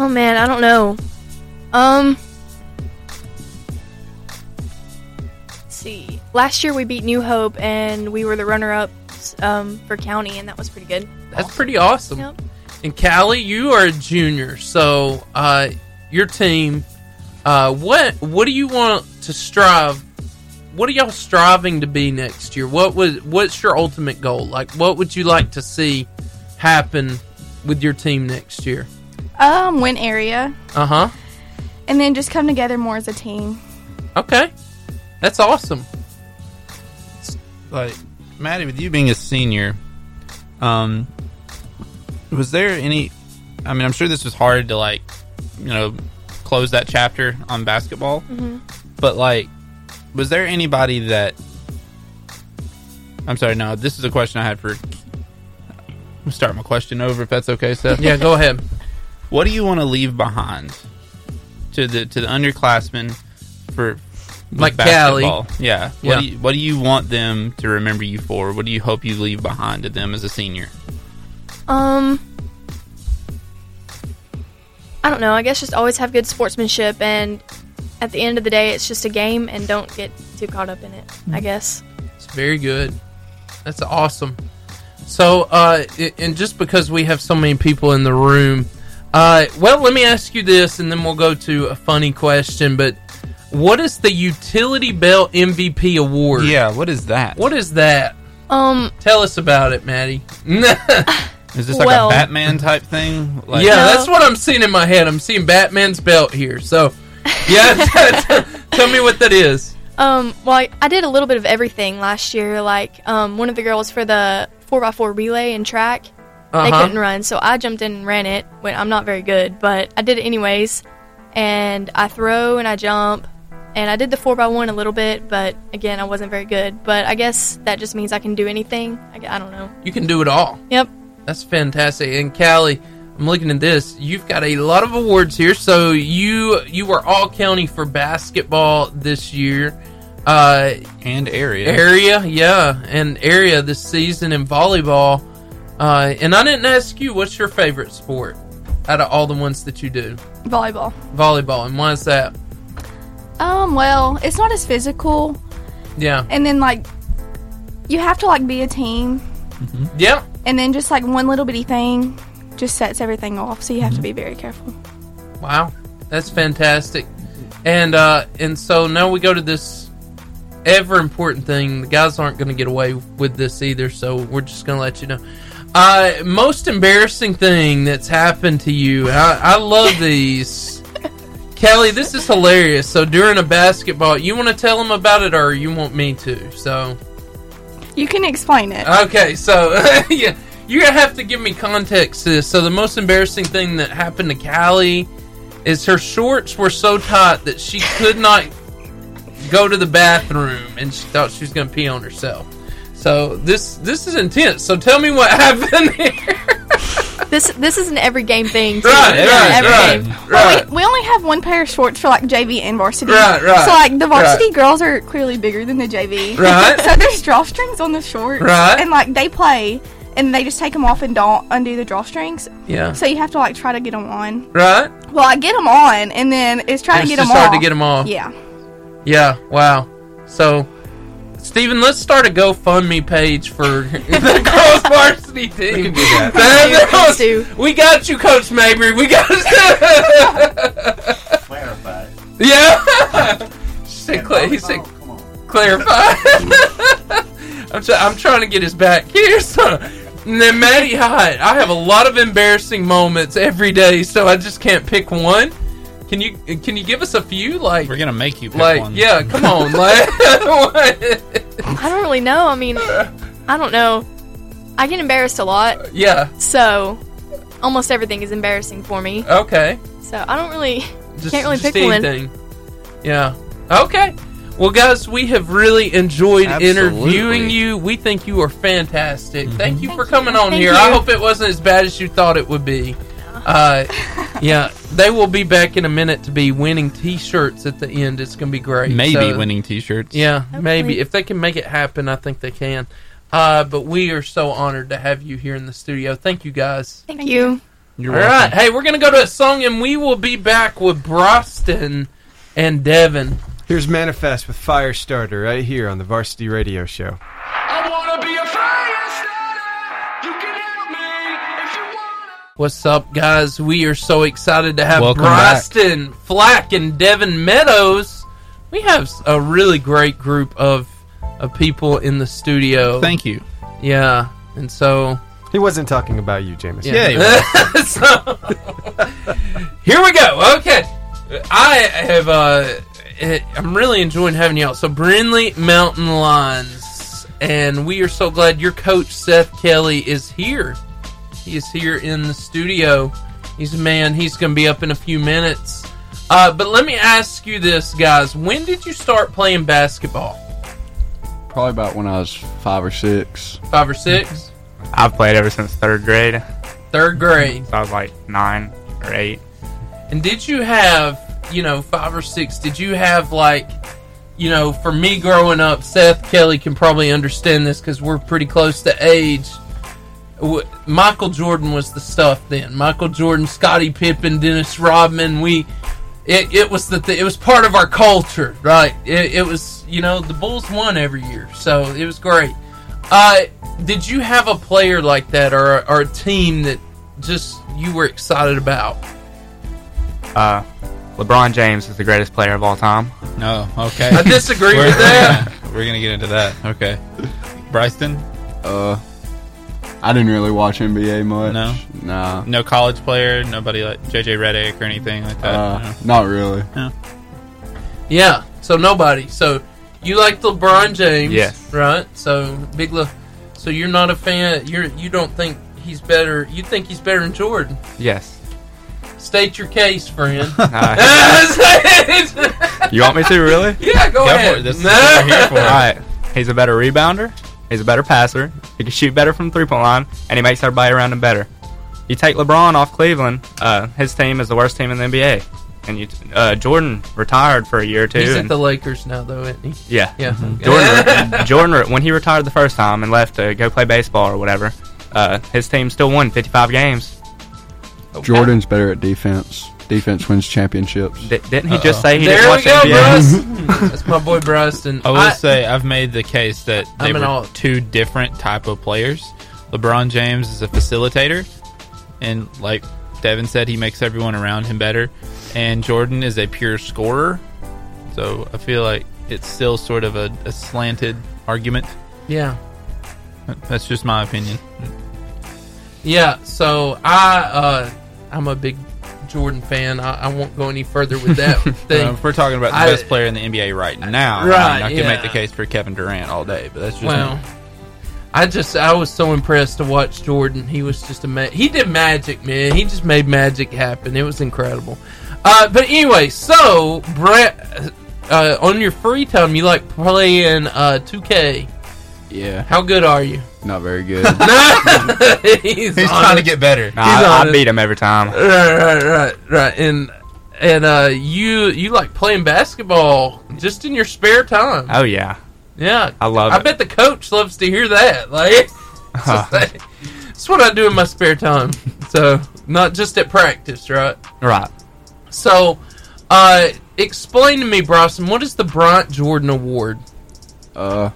I: Oh man, I don't know. Um, let's see, last year we beat New Hope and we were the runner-up um, for county, and that was pretty good.
A: That's pretty awesome.
I: Yep.
A: And Callie, you are a junior, so uh, your team. Uh, what what do you want to strive? What are y'all striving to be next year? What was what's your ultimate goal? Like, what would you like to see happen with your team next year?
J: Um, win area.
A: Uh huh.
J: And then just come together more as a team.
A: Okay, that's awesome.
B: like Maddie, with you being a senior, um, was there any? I mean, I'm sure this was hard to like, you know, close that chapter on basketball. But like, was there anybody that? I'm sorry. No, this is a question I had for. I'm gonna start my question over if that's okay, Seth.
A: Yeah, go ahead.
B: What do you want to leave behind to the to the underclassmen for with
A: Like Cali.
B: basketball? Yeah. What,
A: Yeah.
B: Do you, what do you want them to remember you for? What do you hope you leave behind to them as a senior?
I: Um, I don't know. I guess just always have good sportsmanship, and at the end of the day, it's just a game, and don't get too caught up in it.
A: Mm-hmm.
I: I guess.
A: It's very good. That's awesome. So, uh, i- and just because we have so many people in the room, uh, well, let me ask you this, and then we'll go to a funny question. But what is the utility belt MVP award?
B: Yeah, what is that?
A: What is that?
I: Um,
A: Tell us about it, Maddie.
B: Is
I: this like a Well-
B: Batman type thing? Like-
A: yeah,
B: No.
A: that's what I'm seeing in my head. I'm seeing Batman's belt here. So, yeah, tell me what that is.
I: Um, well, I, I did a little bit of everything last year. Like, um, one of the girls for the 4x4 relay and track, they
A: Uh-huh.
I: couldn't run, so I jumped in and ran it. When I'm not very good, but I did it anyways. And I throw and I jump, and I did the 4x1 a little bit, but again, I wasn't very good. But I guess that just means I can do anything. I, gu- I don't know.
A: You can do it all.
I: Yep.
A: That's fantastic. And Callie, I'm looking at this. You've got a lot of awards here. So you you were all county for basketball this year. Uh,
B: and area.
A: Area, yeah. And area this season in volleyball. Uh, and I didn't ask you what's your favorite sport out of all the ones that you do?
J: Volleyball.
A: Volleyball. And why is that?
J: Um, well, it's not as physical,
A: Yeah.
J: and then like you have to like be a team,
B: Mm-hmm.
A: Yeah.
J: and then just like one little bitty thing just sets everything off. So you have to be very careful.
A: Wow, that's fantastic. And uh, and so now we go to this ever important thing. The guys aren't going to get away with this either, so we're just going to let you know. Uh, most embarrassing thing that's happened to you. I, I love these. Kelly, this is hilarious. So during a basketball, you want to tell them about it, or you want me to? So
J: You can explain it.
A: Okay, so yeah, you're gonna have to give me context to this. So the most embarrassing thing that happened to Callie is her shorts were so tight that she could not go to the bathroom, and she thought she was gonna pee on herself. So this this is intense. So tell me what happened.
I: This this is an every game thing. too.
A: Right, right,
I: every
A: right,
I: game.
A: right.
J: We only have one pair of shorts for like JV and varsity.
A: Right, right,
J: So like the varsity
A: right.
J: girls are clearly bigger than the JV.
A: Right.
J: so there's drawstrings on the shorts.
A: Right.
J: And like they play, and they just take them off and don't undo the drawstrings.
A: Yeah.
J: So you have to like try to get them on.
A: Right?
J: Well, I get them on, and then it's trying
A: It's
J: to get
A: just
J: them
A: hard
J: off.
A: to get 'em off.
J: Yeah.
A: Yeah. Wow. So. Steven, let's start a GoFundMe page for the girls varsity team. We
B: that.
A: we got you, Coach Mabry. We got
K: Clarify.
A: Yeah. she said, cla- he said, clarify. I'm, try- I'm trying to get his back here, son. And then Maddie Hyde. I have a lot of embarrassing moments every day, so I just can't pick one. Can you can you give us a few? Like we're
B: gonna make you pick
A: like
B: one.
A: yeah, come on, like
I: I don't really know. I mean, I don't know. I get embarrassed a lot,
A: yeah,
I: so almost everything is embarrassing for me.
A: okay.
I: So I don't really
A: Oh. Just,
I: can't really
A: just
I: pick one.
A: anything. Yeah. Okay. Well, guys, we have really enjoyed
B: Absolutely. Mm-hmm.
A: interviewing you. We think you are fantastic. Thank you for coming on
B: Thank
A: here. I
B: you.
A: hope it wasn't as bad as you thought it would be. Uh, yeah, they will be back in a minute to be winning T-shirts at the end. It's going to be great.
B: Maybe
A: So-
B: winning T-shirts.
A: Yeah, maybe if they can make it happen, I think they can. Uh, but we are so honored to have you here in the studio. Thank you, guys.
I: Thank, you.
B: You're
A: All right, hey, we're gonna go to a song, and we will be back with Broston and Devin.
D: Here's Manifest with Firestarter right here on the Varsity Radio Show.
F: I wanna be a fire starter. You can help me if you
A: What's up, guys? We are so excited to have
B: Welcome
A: Broston Flack and Devin Meadows. We have a really great group of of people in the studio.
B: Thank you.
A: Yeah, and so
D: He wasn't talking about you, Jameson.
A: Yeah. So, here we go. Okay, I have. uh eh, I'm really enjoying having you out. So Brindley Mountain Lions, and we are so glad your coach Seth Kelly is here. He is here in the studio. He's a man. He's going to be up in a few minutes. Uh, but let me ask you this, guys: When did you start playing basketball?
L: Probably about when I was five or six.
A: Five or six?
M: I've played ever since third grade.
A: Third grade.
M: So I was like nine or eight.
A: And did you have, you know, five or six? Did you have like, you know, for me growing up, Seth Kelly can probably understand this because we're pretty close to age. w- Michael Jordan was the stuff then. Michael Jordan, Scottie Pippen, Dennis Rodman. We, it, it was the th- it was part of our culture, right? It, it was you know the Bulls won every year, so it was great. Uh, did you have a player like that or, or a team that just you were excited about?
M: Uh, LeBron James is the greatest player of all time.
B: No, okay.
A: I disagree
B: We're-
A: with that.
B: yeah, We're gonna get into that. Okay, Bryston.
L: Uh, I didn't really watch NBA much. No, nah,
B: No college player. Nobody like JJ Redick or anything like that.
L: uh, not really.
A: Yeah, so nobody. So you like LeBron James,
L: Yes.
A: right? So Big Le- so you're not a fan. You're you don't think he's better. You think he's better than Jordan.
M: Yes.
A: State your case, friend.
M: You want me to really?
A: Yeah, go Go ahead. for it. This is what we're here for.
M: All right. He's a better rebounder. He's a better passer. He can shoot better from the three-point line, and he makes everybody around him better. You take LeBron off Cleveland. Uh, his team is the worst team in the NBA. And you, uh, Jordan retired for a year or two.
A: He's at
M: and-
A: the Lakers now, though, isn't he?
M: yeah. Mm-hmm.
A: yeah.
M: Jordan, re- Jordan, re- when he retired the first time and left to go play baseball or whatever, uh, his team still won 55 games.
L: Jordan's better at defense. Defense wins championships.
M: D- didn't he just say he
A: there
M: didn't
A: we
M: watch
A: go,
M: NBA?
A: Bruce. That's my boy, Bryston.
B: I will
A: I-
B: say I've made the case that they
A: I'm an
B: were
A: all-
B: two different type of players. LeBron James is a facilitator, and like Devin said, he makes everyone around him better. And Jordan is a pure scorer, so I feel like it's still sort of a, a slanted argument.
A: Yeah.
B: That's just my opinion.
A: Yeah, so I uh, I'm a big Jordan fan. I, I won't go any further with that thing.
B: Uh, if we're talking about the
A: I-
B: best player in the NBA right now, I mean,
A: Right,
B: I, can
A: yeah.
B: make the case for Kevin Durant all day, but that's just
A: Well, I just I was so impressed to watch Jordan. He was just a ma- he did magic, man. He just made magic happen. It was incredible. Uh, but anyway, so Brett, uh, on your free time, you like playing uh, 2K.
L: Yeah.
A: How good are you?
L: Not very good.
A: he's
B: He's trying to get better.
M: Nah, I, I
A: honest.
M: beat him every time.
A: Right, right, right, right. And and uh, you you like playing basketball just in your spare time.
M: Oh, yeah.
A: Yeah,
M: I love
A: I
M: it.
A: bet the coach loves to hear that. Like, it's just like- it's what I do in my spare time. So not just at practice, right?
M: Right.
A: So, uh, explain to me, Bryson, what is the Bryant Jordan Award?
L: Uh,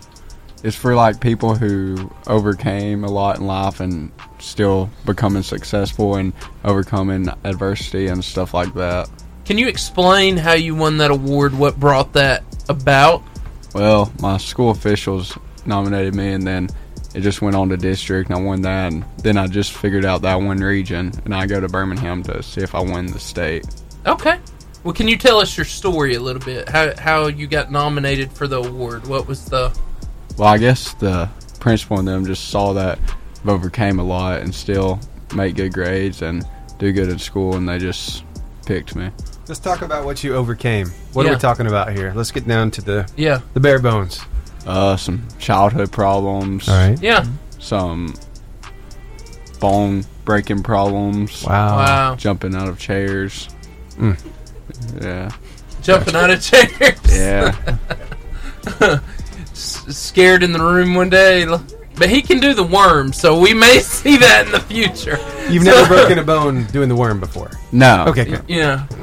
L: it's for like people who overcame a lot in life and still becoming successful and overcoming adversity and stuff like that.
A: Can you explain how you won that award? What brought that about?
L: Well, my school officials nominated me, and then it just went on to district, and I won that. And then I just figured out that I won region, and I go to Birmingham to see if I win the state.
A: Okay. Well, can you tell us your story a little bit? How how you got nominated for the award? What was the
L: Well, I guess the principal and them just saw that I've overcame a lot and still make good grades and do good at school, and they just picked me.
D: Let's talk about what you overcame. What are
A: Yeah.
D: we talking about here? Let's get down to the
A: Yeah.
D: the bare bones.
L: Uh, some childhood problems.
D: All right.
A: Yeah.
L: Some bone breaking problems.
D: Wow.
A: Wow.
L: Jumping out of chairs.
D: Mm.
L: Yeah.
A: jumping out of chairs?
L: Yeah.
A: S- scared in the room one day, l- but he can do the worm, so we may see that in the future.
D: You've
A: So-
D: never broken a bone doing the worm before.
L: No.
D: Okay. Good.
A: Yeah,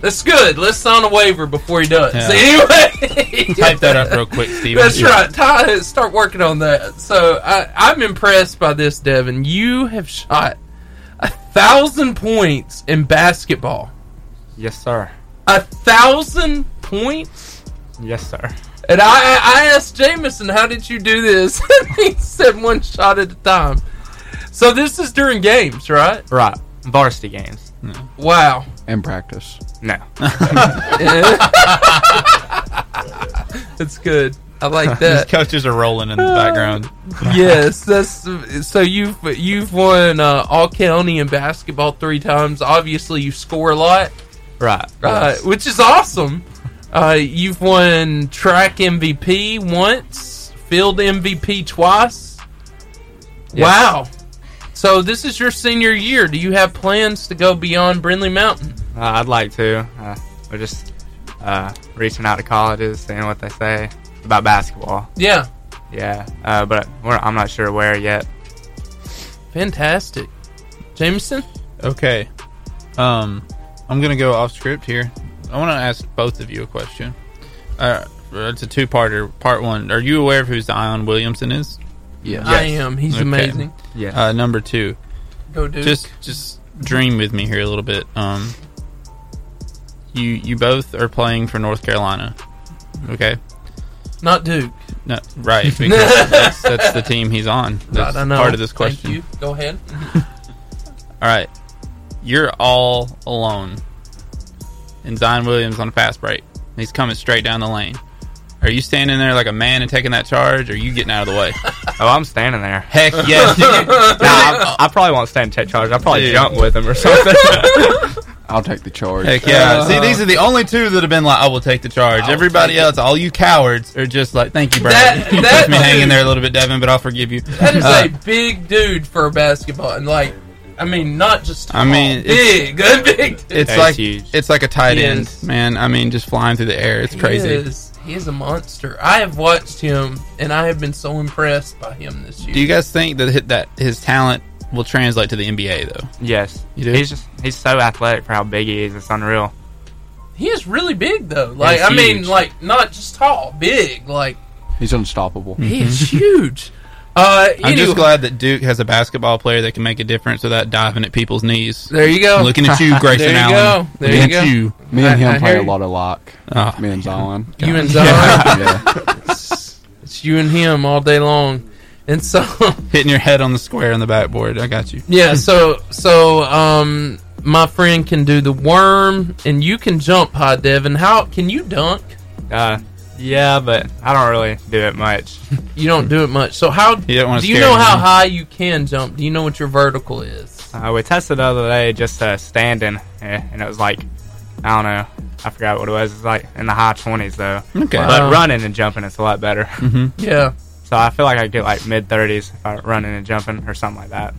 A: that's good. Let's sign a waiver before he does.
B: Yeah.
A: Anyway,
B: Type that up real quick, Steven.
A: That's
B: Yeah.
A: right. Ty, start working on that. So I, I'm impressed by this, Devin. You have shot a thousand points in basketball.
M: Yes, sir.
A: A thousand points.
M: Yes, sir.
A: And I, I asked Jameson, how did you do this? he said one shot at a time. So this is during games, right?
M: Right. Varsity games.
A: Wow.
L: And practice.
M: No. Uh,
A: That's good. I like that.
B: These coaches are rolling in the background.
A: yes, that's so. You've you've won uh, all county in basketball three times. Obviously, you score a lot,
M: Right.
A: uh, which is awesome. Uh, you've won track MVP once, field MVP twice.
M: Yes.
A: Wow! So this is your senior year. Do you have plans to go beyond Brindley Mountain?
M: Uh, I'd like to. Uh, we're just uh, reaching out to colleges, seeing what they say about basketball.
A: Yeah.
M: Yeah, uh, but we're, I'm not sure where yet.
A: Fantastic. Jameson?
B: Okay. Um, I'm going to go off script here. I want to ask both of you a question. Uh, it's a two parter. Part one Are you aware of who Zion Williamson is?
A: Yes. I am. He's amazing.
B: Yeah. Uh, number two.
A: Go Duke.
B: Just, just dream with me here a little bit. Um, you, you both are playing for North Carolina. Okay.
A: Not Duke.
B: No, right. Because that's, that's the team he's on. That's
A: I know.
B: part of this
A: Thank
B: question.
A: you. Go ahead.
B: All right. You're all alone. And Zion Williams on a fast break. He's coming straight down the lane. Are you standing there like a man and taking that charge, or are you getting out of the way?
M: Oh, I'm standing there.
B: Heck yes. dude.
M: I, I probably won't stand tech charge. I'll probably
B: Dude.
M: jump with him or something.
L: I'll take the charge.
B: Heck yeah.
M: Uh,
A: Uh-huh.
B: See, these are the only two that have been like, I will take the charge. Everybody else, all you cowards, are just like, thank you, Brad.
A: That-
B: you
A: that
B: left me hanging
A: dude-
B: there a little bit, Devin, but I'll forgive you.
A: That is
B: Uh,
A: a big dude for basketball. And, like, I mean, not just tall,
B: I mean,
A: big.
B: it's,
A: big dude.
B: it's like it's like a tight end, man. I mean, just flying through the air. It's crazy.
A: He is, he is a monster. I have watched him, and I have been so impressed by him this year.
B: Do you guys think that hit- that his talent will translate to the NBA though?
M: Yes,
B: you do.
M: He's just he's so athletic for how big he is. It's unreal.
A: He is really big, though. Like,
M: He's
A: I mean,
M: huge.
A: like, not just tall, big. Like,
L: He's unstoppable.
A: he is huge. Uh,
B: Mm-hmm. I'm
A: anyway-
B: just glad that Duke has a basketball player that can make a difference without diving at people's knees.
A: There you go.
B: Looking at you, Grayson
A: There you
B: Allen.
A: go. There
B: Looking
A: you go.
B: at you. Ah.
L: Me and
A: I-
L: him
A: I
L: play
A: hear
L: a
A: you.
L: lot of lock. me and Zion.
A: You and Zion.
L: Yeah. yeah.
A: it's, it's you and him all day long. And so
B: hitting your head on the square on the backboard. I got you.
A: Yeah, so so um my friend can do the worm and you can jump high Devin. How can you dunk?
M: Uh yeah, but I don't really do it much.
A: You don't do it much. So how
M: You don't wanna
A: do you
M: scare
A: know how
M: him.
A: high you can jump? Do you know what your vertical is?
M: Uh, we tested the other day just uh, standing, eh, and it was like I don't know, I forgot what it was. It's like in the high twenties though.
A: Okay. Wow.
M: but running and jumping is a lot better.
L: Mm-hmm.
B: Mhm.
A: Yeah.
M: So I feel like I get like mid thirties uh, running and jumping or something like that.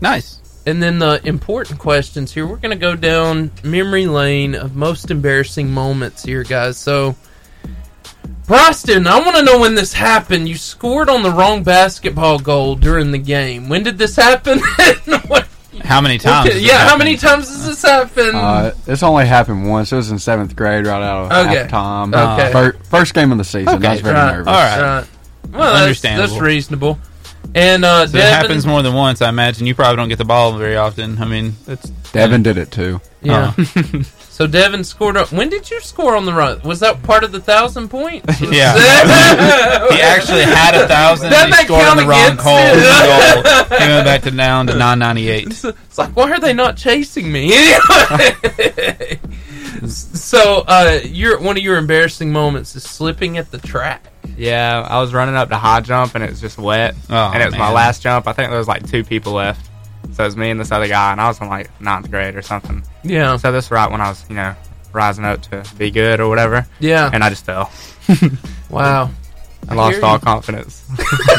B: Nice.
A: And then the important questions here. We're going to go down memory lane of most embarrassing moments here, guys. So, Preston, I want to know when this happened. You scored on the wrong basketball goal during the game. When did this happen?
B: How many times? has it
A: yeah, how
B: happened?
A: many times does this happen?
L: Uh, this only happened once. It was in seventh grade, right out of
A: Okay.
L: halftime. Uh,
A: Okay.
L: Fir- first game of the season. I was very
A: right,
L: nervous.
A: All right. Well, that's,
B: Understandable.
A: that's reasonable. And uh,
B: So it
A: Devin-
B: happens more than once, I imagine. You probably don't get the ball very often. I mean, that's
L: Devin did it too.
A: Yeah.
B: Oh.
A: So Devin scored up. When did you score on the run? Was that part of the thousand points?
B: Yeah. he actually had a thousand.
A: Doesn't
B: and he
A: that
B: scored on
A: count
B: the wrong
A: against
B: goal.
A: it?
B: Goal. He went back to down to 998.
A: It's like, why are they not chasing me? Anyway. so, uh, your one of your embarrassing moments is slipping at the track.
M: Yeah, I was running up to high jump and it was just wet.
B: Oh,
M: and it was my
B: man.
M: last jump. I think there was like two people left. So it was me and this other guy, and I was in like ninth grade or something.
A: Yeah.
M: So this right when I was, you know, rising up to be good or whatever.
A: Yeah.
M: And I just fell.
A: Wow.
M: I lost
A: hear
M: all
A: you.
M: confidence.
A: You-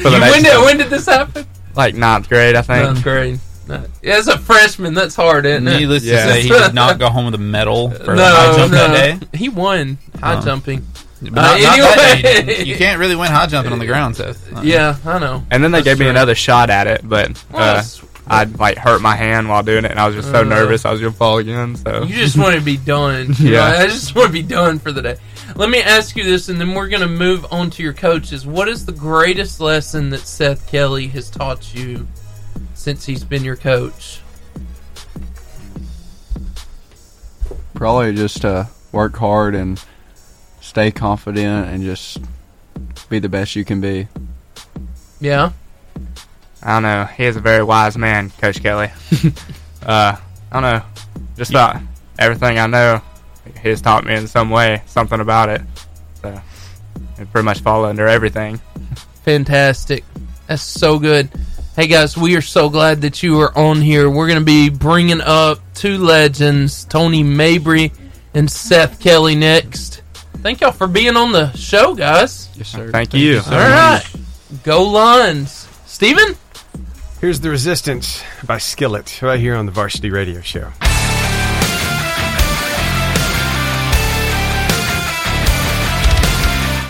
A: when, did,
M: time.
A: when did this happen?
M: Like ninth grade, I think.
A: Ninth grade. No. Yeah, As a freshman, that's hard, isn't it?
B: Needless to say, he did not go home with a medal
A: no,
B: for the high jump
A: no.
B: that day.
A: He won high
B: Oh.
A: jumping.
B: But
A: Uh,
B: not- not that
A: anyway.
B: day. You can't really win high jumping on the ground, Seth. Uh-uh.
A: Uh, Yeah, I know.
M: And then they gave me another shot at it, but uh,
A: that's-
M: I like hurt my hand while doing it, and I was just so
A: Uh.
M: nervous I was gonna fall again. So
A: You just want to be done. You
M: Yeah.
A: know, I just want to be done for the day. Let me ask you this, and then we're going to move on to your coaches. What is the greatest lesson that Seth Kelly has taught you since he's been your coach?
L: Probably just uh, work hard and stay confident and just be the best you can be.
A: Yeah.
M: I don't know. He is a very wise man, Coach Kelly. uh, I don't know. Just about everything I know, he has taught me in some way, something about it. So it pretty much fall under everything.
A: Fantastic. That's so good. Hey guys, we are so glad that you are on here. We're going to be bringing up two legends, Tony Mabry and Seth Kelly next. Thank y'all for being on the show, guys.
L: Yes, sir.
M: Thank you.
A: All right. Go Lions. Steven?
D: Here's The Resistance by Skillet right here on the Varsity Radio Show.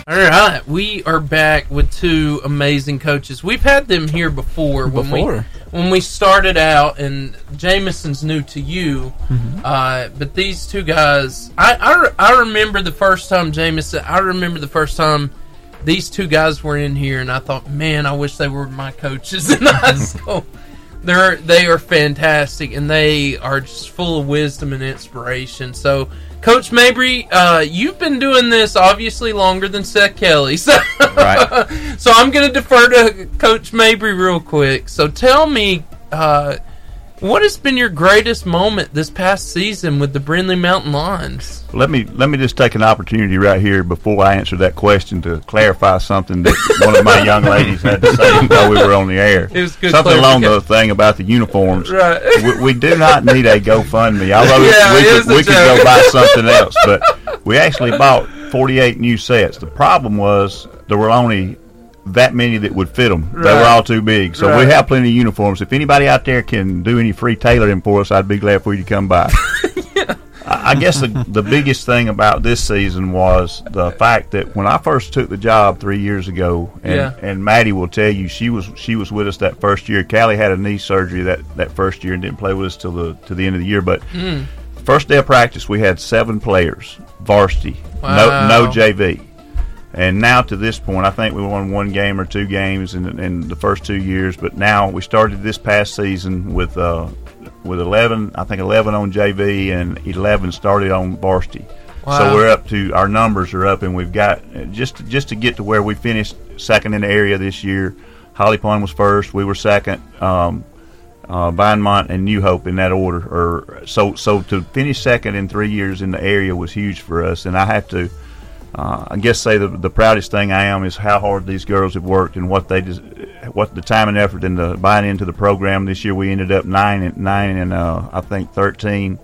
A: All All right, we are back with two amazing coaches. We've had them here before when
B: Before.
A: we when we started out, and Jameson's new to you, uh, but these two guys, I, I re- I remember the first time Jameson. I remember the first time these two guys were in here, and I thought, man, I wish they were my coaches in high school. They're they are fantastic, and they are just full of wisdom and inspiration. So, Coach Mabry, uh, you've been doing this obviously longer than Seth Kelly, so so I'm going to defer to Coach Mabry real quick. So, tell me. Uh, what has been your greatest moment this past season with the Brindley Mountain Lions?
K: Let me let me just take an opportunity right here before I answer that question to clarify something that one of my young ladies had to say while we were on the air.
A: It was good
K: something along the
A: clarification.
K: thing about the uniforms.
A: Right.
K: We, we do not need a GoFundMe. Although
A: Yeah,
K: we,
A: it
K: could,
A: is a
K: we could go
A: joke.
K: buy something else, but we actually bought 48 new sets. The problem was there were only that many that would fit them. They were
N: Right.
K: all too big. So
N: Right.
K: we have plenty of uniforms. If anybody out there can do any free tailoring for us, I'd be glad for you to come by. I I guess the, the biggest thing about this season was the fact that when I first took the job three years ago, and,
N: Yeah.
K: and Maddie will tell you she was she was with us that first year. Callie had a knee surgery that, that first year and didn't play with us till the till the end of the year. But
N: Mm.
K: first day of practice, we had seven players, varsity, no
N: Wow.
K: no JV. And now to this point, I think we won one game or two games in, in the first two years. But now we started this past season with uh, with eleven, I think eleven on JV and eleven started on varsity.
N: Wow.
K: So we're up to our numbers are up, and we've got just just to get to where we finished second in the area this year. Holly Pond was first, we were second. Um, uh, Vinemont and New Hope in that order. Or so so to finish second in three years in the area was huge for us, and I have to. Uh, I guess say the, the proudest thing I am is how hard these girls have worked and what they des- what the time and effort and the buying into the program. This year we ended up nine and nine and uh, I think thirteen,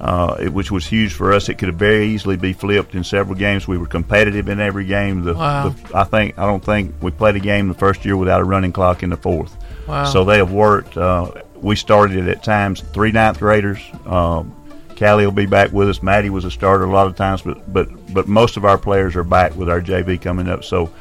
K: uh, it, which was huge for us. It could very easily be flipped in several games. We were competitive in every game. The,
N: Wow.
K: the, I think I don't think we played a game the first year without a running clock in the fourth.
N: Wow.
K: So they have worked. Uh, we started at times three ninth graders. Um, Callie will be back with us. Maddie was a starter a lot of times, but but but most of our players are back with our JV coming up. So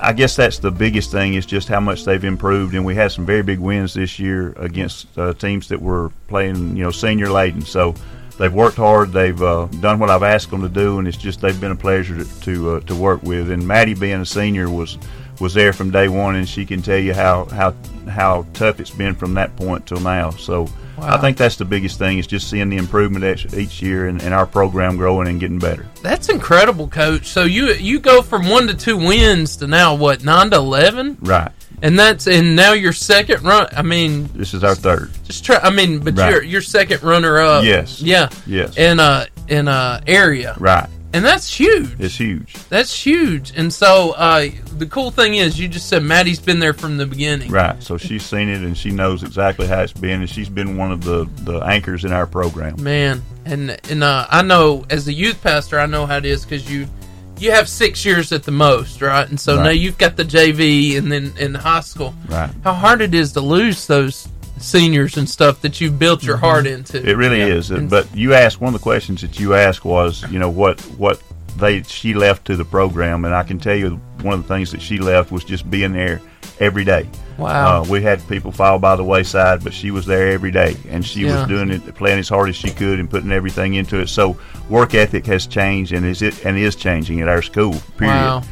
K: I guess that's the biggest thing is just how much they've improved. And we had some very big wins this year against uh, teams that were playing you know senior laden. So. They've worked hard. They've uh, done what I've asked them to do, and it's just they've been a pleasure to to, uh, to work with. And Maddie, being a senior, was was there from day one, and she can tell you how how how tough it's been from that point till now. So
A: Wow.
K: I think that's the biggest thing is just seeing the improvement each, each year and, and our program growing and getting better.
A: That's incredible, Coach. So you you go from one to two wins to now what nine to eleven,
K: Right.
A: and that's and now your second run. I mean,
K: This is our third.
A: just try. I mean, but
K: Right.
A: you're you're second runner up.
K: Yes.
A: Yeah.
K: Yes.
A: In uh in uh area.
K: Right.
A: And that's huge.
K: It's huge.
A: That's huge. And so uh the cool thing is, you just said Maddie's been there from the beginning.
K: Right. So she's seen it and she knows exactly how it's been, and she's been one of the, the anchors in our program.
A: Man, and and uh, I know as a youth pastor, I know how it is because you you have six years at the most, right? And so
K: Right.
A: now you've got the JV and then in high school.
K: Right.
A: How hard it is to lose those seniors and stuff that you built your heart into.
K: It really is.
A: And-
K: But you asked one of the questions that you asked was, you know, what what they she left to the program, and I can tell you one of the things that she left was just being there every day. Uh,
A: Wow.
K: we had people fall by the wayside, but she was there every day, and she
A: Yeah.
K: was doing it, playing as hard as she could, and putting everything into it. So work ethic has changed, and is it and is changing at our school. Period.
A: Wow.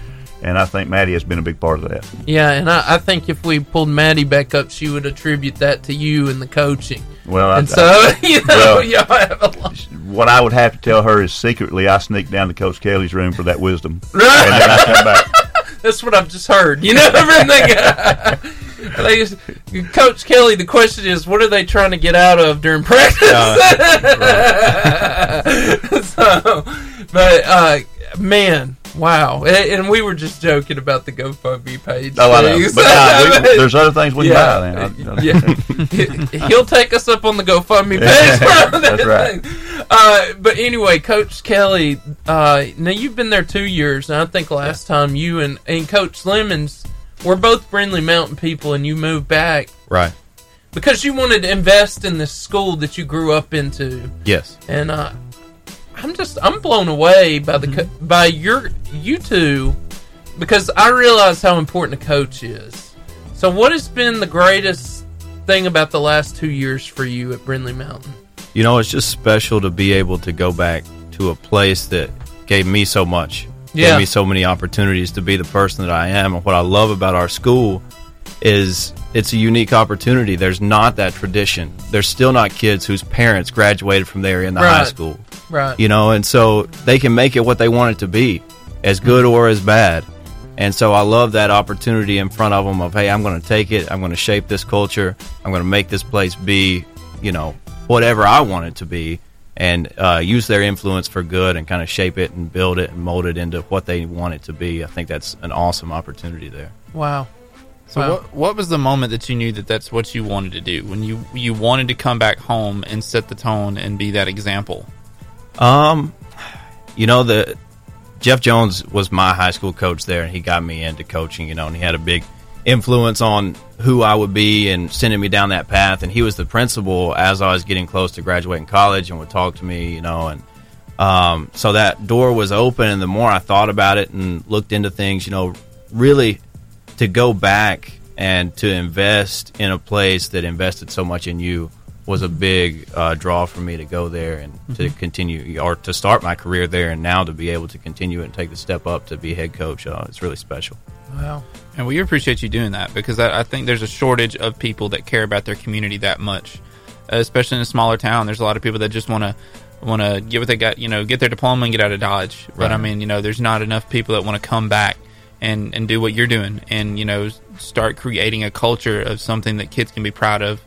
K: And I think Maddie has been a big part of that.
A: yeah, and I, I think if we pulled Maddie back up, she would attribute that to you and the coaching.
K: Well, I-
A: and
K: I-
A: so you know,
K: well,
A: y'all have a lot.
K: What I would have to tell her is secretly, I sneak down to Coach Kelly's room for that wisdom, and then I come back.
A: That's what I've just heard. You know everything. they just, Coach Kelly, the question is, what are they trying to get out of during practice? so, but uh, man, wow! A- And we were just joking about the GoFundMe page.
K: Oh, I know.
A: too,
K: But,
A: so-
K: uh, we- there's other things we can
A: Yeah.
K: buy, man. I- I-
A: yeah. He'll take us up on the GoFundMe page. bro.
K: That's right.
A: Uh, but anyway, Coach Kelly, uh, now you've been there two years, and I think last time you and, and Coach Lemons were both Brindley Mountain people, and you moved back
O: Right.
A: because you wanted to invest in this school that you grew up into.
O: Yes.
A: And
O: Mm-hmm.
A: uh, I'm just I'm blown away by the co- by your you two because I realize how important a coach is. So, what has been the greatest thing about the last two years for you at Brindley Mountain?
N: You know, it's just special to be able to go back to a place that gave me so much,
A: Yeah.
N: gave me so many opportunities to be the person that I am. And what I love about our school is it's a unique opportunity. There's not that tradition. There's still not kids whose parents graduated from there in the high
A: Right.
N: school.
A: Right.
N: You know, and so they can make it what they want it to be, as good or as bad. And so I love that opportunity in front of them of, hey, I'm going to take it. I'm going to shape this culture. I'm going to make this place be, you know, whatever I want it to be and uh, use their influence for good and kind of shape it and build it and mold it into what they want it to be. I think that's an awesome opportunity there.
A: Wow.
B: So
A: Wow.
B: what what was the moment that you knew that that's what you wanted to do when you you wanted to come back home and set the tone and be that example?
N: Um, you know the Jeff Jones was my high school coach there, and he got me into coaching. You know, and he had a big influence on who I would be and sending me down that path. And he was the principal as I was getting close to graduating college, and would talk to me. You know, and um, so that door was open. And the more I thought about it and looked into things, you know, really to go back and to invest in a place that invested so much in you was a big uh, draw for me to go there and to
B: Mhm.
N: continue or to start my career there and now to be able to continue it and take the step up to be head coach uh, it's really special
A: Wow.
B: And we appreciate you doing that because I, I think there's a shortage of people that care about their community that much, uh, especially in a smaller town. There's a lot of people that just want to want to get what they got, you know, get their diploma and get out of Dodge. But I
N: Right.
B: mean, you know, there's not enough people that want to come back and and do what you're doing and you know s- start creating a culture of something that kids can be proud of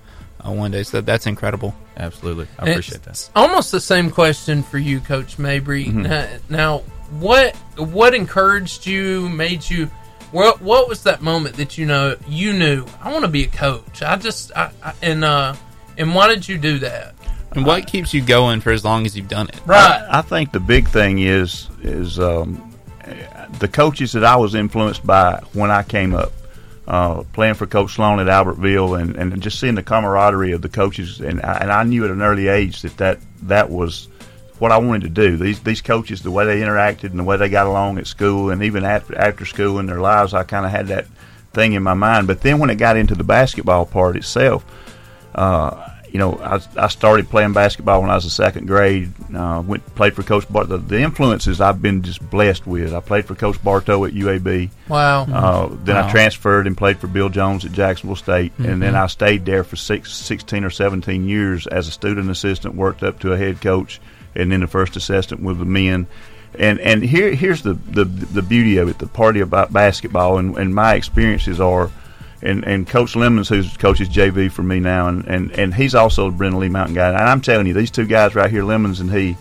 B: uh, one day. So that's incredible.
N: Absolutely, I
A: And Eh, it's Almost the same question for you, Coach Mabry.
K: Mm-hmm.
B: Mhm.
A: Now, now, what what encouraged you, made you? What what was that moment that you know you knew I want to be a coach? I just I, I, and uh and why did you do that?
B: And what keeps you going for as long as you've done it?
A: Right.
K: I think the big thing is is um, the coaches that I was influenced by when I came up, uh, playing for Coach Sloan at Albertville, and, and just seeing the camaraderie of the coaches, and I, and I knew at an early age that that, that was what I wanted to do. These these coaches, the way they interacted and the way they got along at school, and even after after school in their lives, I kind of had that thing in my mind. But then when it got into the basketball part itself, uh, you know, I, I started playing basketball when I was in second grade. Uh, went played for Coach Bartow. The, the influences I've been just blessed with. I played for Coach Bartow at UAB.
A: Wow.
K: Uh, then
A: Wow.
K: I transferred and played for Bill Jones at Jacksonville State, and then
A: Mhm.
K: I stayed there for six, 16 or seventeen years as a student assistant. Worked up to a head coach, and then the first assistant with the men. And and here here's the the, the beauty of it. The party about basketball and, and my experiences are and and Coach Lemons, who's coaches JV for me now, and and, and he's also a Brindley Mountain guy. And I'm telling you, these two guys right here, Lemons and he,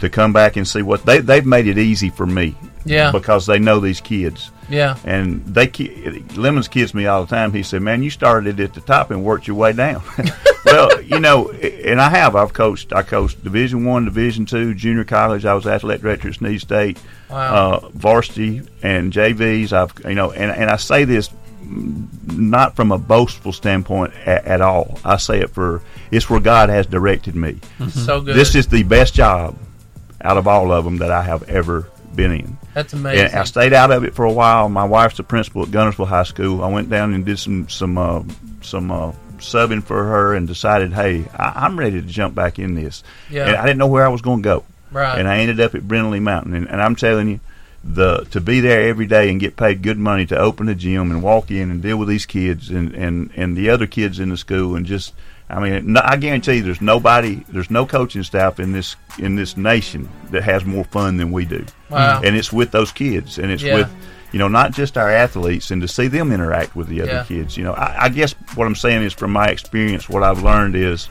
K: to come back and see what they they've made it easy for me.
A: Yeah.
K: because they know these kids.
A: Yeah.
K: and they ki- Lemons kids me all the time. He said, "Man, you started at the top and worked your way down." well, you know, and I have. I've coached. I coached Division One, Division Two, junior college. I was athletic director at Sneed State,
A: Wow.
K: uh, varsity and JVs. I've you know, and and I say this mm, not from a boastful standpoint at, at all. I say it for it's where God has directed me.
A: Mhm. So good.
K: This is the best job out of all of them that I have ever been in.
A: That's amazing.
K: And I stayed out of it for a while. My wife's the principal at Gunnersville High School. I went down and did some some uh, some uh, subbing for her and decided, hey, I- I'm ready to jump back in this.
A: Yeah.
K: And I didn't know where I was going to go.
A: Right.
K: And I ended up at Brindley Mountain. And, and I'm telling you, the to be there every day and get paid good money to open a gym and walk in and deal with these kids and and and the other kids in the school and just. I mean, no, I guarantee you, there's nobody, there's no coaching staff in this in this nation that has more fun than we do
A: Wow.
K: and it's with those kids and it's
A: Yeah.
K: with you know not just our athletes and to see them interact with the other
A: Yeah.
K: kids you know I, I guess what i'm saying is from my experience what i've learned is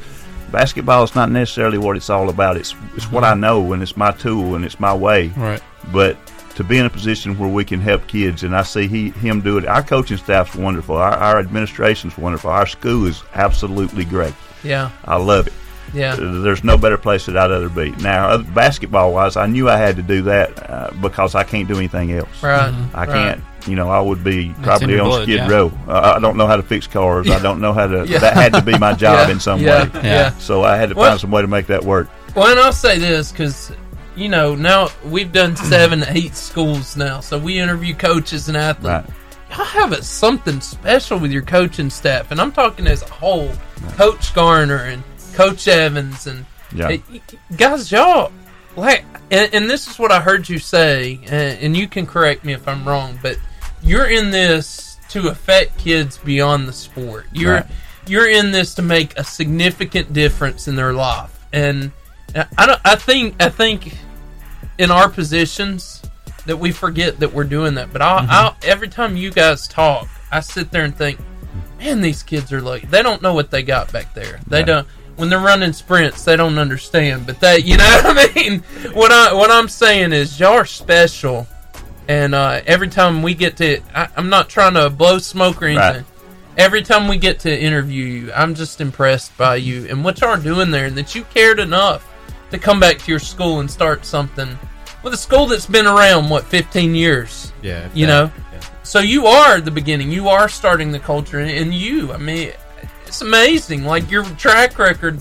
K: basketball is not necessarily what it's all about it's it's what i know and it's my tool and it's my way
B: Right.
K: but to be in a position where we can help kids and i see he him do it our coaching staff's wonderful our, our administration's wonderful our school is absolutely great
A: Yeah.
K: I love it.
A: Yeah.
K: Uh, There's no better place that I'd rather be. Now, basketball wise, I knew I had to do that uh, because I can't do anything else.
A: Right,
K: I
A: right.
K: can't. You know, I would be
A: Mm-hmm. in
K: probably
A: your
K: on
A: blood,
K: Skid
A: yeah.
K: Row. Uh, I don't know how to fix cars. I don't know how to.
A: Yeah.
K: That had to be my job
A: Yeah,
K: in some
A: yeah,
K: way.
A: yeah.
K: So I had to
A: Well-
K: find some way to make that work.
A: Well, and I'll say this because you know, now we've done seven, eight schools now, so we interview coaches and athletes. Y'all have a, something special with your coaching staff, and I'm talking as a whole. Coach Garner and Coach Evans and
K: Yeah.
A: Eh, y- y- guys, y'all like, and, and this is what I heard you say, and, and you can correct me if I'm wrong, but you're in this to affect kids beyond the sport. You're
K: Right.
A: you're in this to make a significant difference in their life, and I don't. I think I think in our positions that we forget that we're doing that. But I'll, I'll every time you guys talk, I sit there and think, man, these kids are like they don't know what they got back there. They
K: Yeah.
A: don't. When they're running sprints, they don't understand. But they, you know what I mean. What I what I'm saying is, y'all are special. And uh, every time we get to, I, I'm not trying to blow smoke or
K: Right.
A: anything. Every time we get to interview you, I'm just impressed by you and what y'all are doing there, and that you cared enough to come back to your school and start something with a school that's been around what 15 years.
N: Yeah, if
A: you
N: that,
A: know. So you are the beginning. You are starting the culture, and, and you. I mean, it's amazing. Like your track record,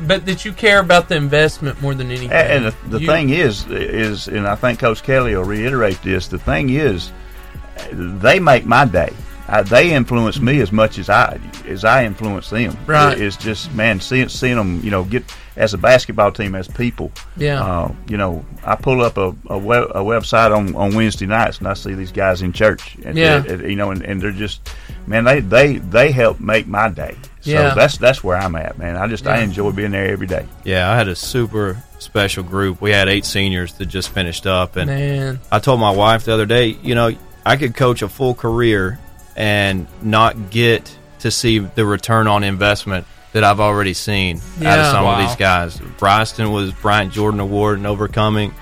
A: but that you care about the investment more than anything.
K: And, and the, the
A: You-
K: thing is, is and I think Coach Kelly will reiterate this. The thing is, they make my day. I, they influence me as much as I as I influence them.
A: Right.
K: It's just man, seeing seeing them, you know, get as a basketball team as people.
A: Yeah.
K: Uh, you know, I pull up a, a, web, a website on, on Wednesday nights and I see these guys in church. And,
A: Yeah.
K: and, you know, and, and they're just man, they they they help make my day. So
A: Yeah.
K: that's that's where I'm at, man. I just I
A: Yeah.
K: enjoy being there every day.
N: Yeah, I had a super special group. We had eight seniors that just finished up, and
A: Man.
N: I told my wife the other day, you know, I could coach a full career and not get to see the return on investment that I've already seen out of
A: Yeah.
N: some
A: Wow.
N: of these guys. Bryston was Bryant Jordan Award and overcoming.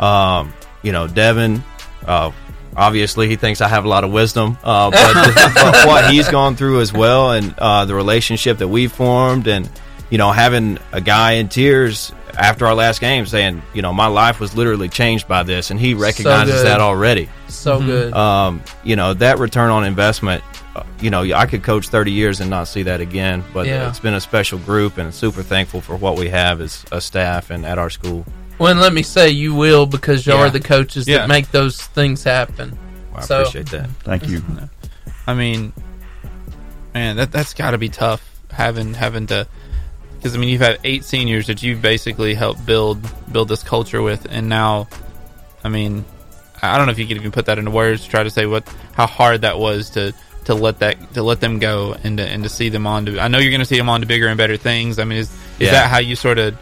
N: Um, you know, Devin. Uh, obviously, he thinks I have a lot of wisdom, uh, but, but what he's gone through as well, and uh, the relationship that we formed, and you know, having a guy in tears after our last game saying, you know, my life was literally changed by this, and he recognizes
A: good.
N: that already.
A: So Mhm. good.
N: Um, you know, that return on investment. uh, You know, I could coach 30 years and not see that again, but
A: Yeah.
N: it's been a special group and super thankful for what we have as a staff and at our school.
A: Well, and let me say, you will because you
N: Yeah.
A: are the coaches
N: Yeah.
A: that make those things happen.
N: Well, I
A: So-
N: appreciate that.
K: Thank you.
B: I mean, man, that that's got to be tough having having to because I mean you've had eight seniors that you've basically helped build build this culture with, and now, I mean, I I don't know if you could even put that into words to try to say what how hard that was to to let that to let them go and to, and to see them on to. I know you're going to see them on to bigger and better things. I mean, is, is
N: Yeah.
B: that how you sort of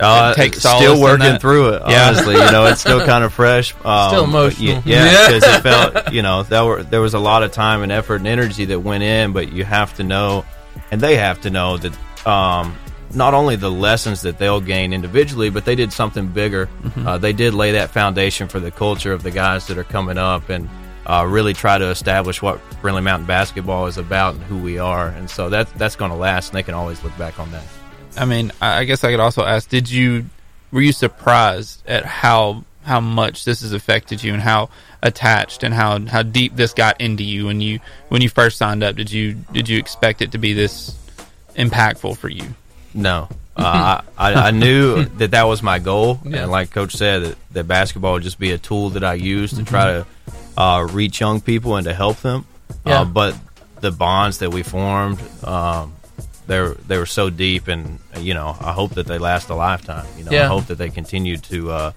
N: Uh,
B: take solace
N: still
B: in
N: working
B: that?
N: through it.
B: Yeah.
N: Honestly, you know, it's still kind of fresh. Um,
B: Still emotional.
N: y- yeah,
B: Yeah.
N: because it felt you know there were there was a lot of time and effort and energy that went in, but you have to know, and they have to know that um, not only the lessons that they'll gain individually, but they did something bigger.
B: Mm-hmm.
O: Mhm.
N: Uh, they did lay that foundation for the culture of the guys that are coming up and. Uh, really try to establish what Brindley Mountain basketball is about and who we are, and so that that's going to last, and they can always look back on that.
B: I mean, I I guess I could also ask: Did you were you surprised at how how much this has affected you, and how attached and how how deep this got into you when you when you first signed up? Did you did you expect it to be this impactful for you?
N: No, uh, I, I knew that that was my goal, and like Coach said, that, that basketball would just be a tool that I use to try to uh, reach young people and to help them.
A: Mm-hmm. Yeah.
N: Uh, but the bonds that we formed, um, they were- they were so deep, and you know, I hope that they last a lifetime. You know, I
A: Yeah.
N: hope that they continue to, uh,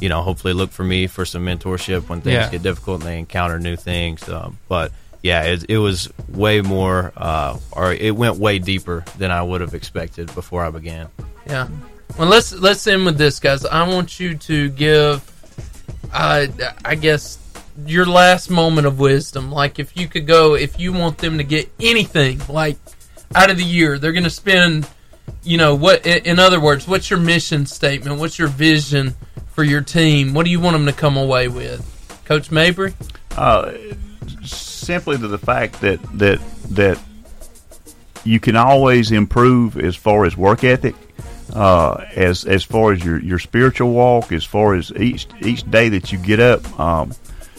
N: you know, hopefully look for me for some mentorship when things
A: Yeah.
N: get difficult and they encounter new things. Um, but yeah, it, it was way more, uh, or it went way deeper than I would have expected before I began.
A: Yeah. Well, let's let's end with this, guys. I want you to give, uh, I guess, your last moment of wisdom. Like, if you could go, if you want them to get anything, like, out of the year, they're going to spend, you know, what? i- In other words, what's your mission statement? What's your vision for your team? What do you want them to come away with, Coach Mabry?
K: Uh, simply to the fact that that that you can always improve as far as work ethic, uh, as as far as your, your spiritual walk, as far as each each day that you get up, um,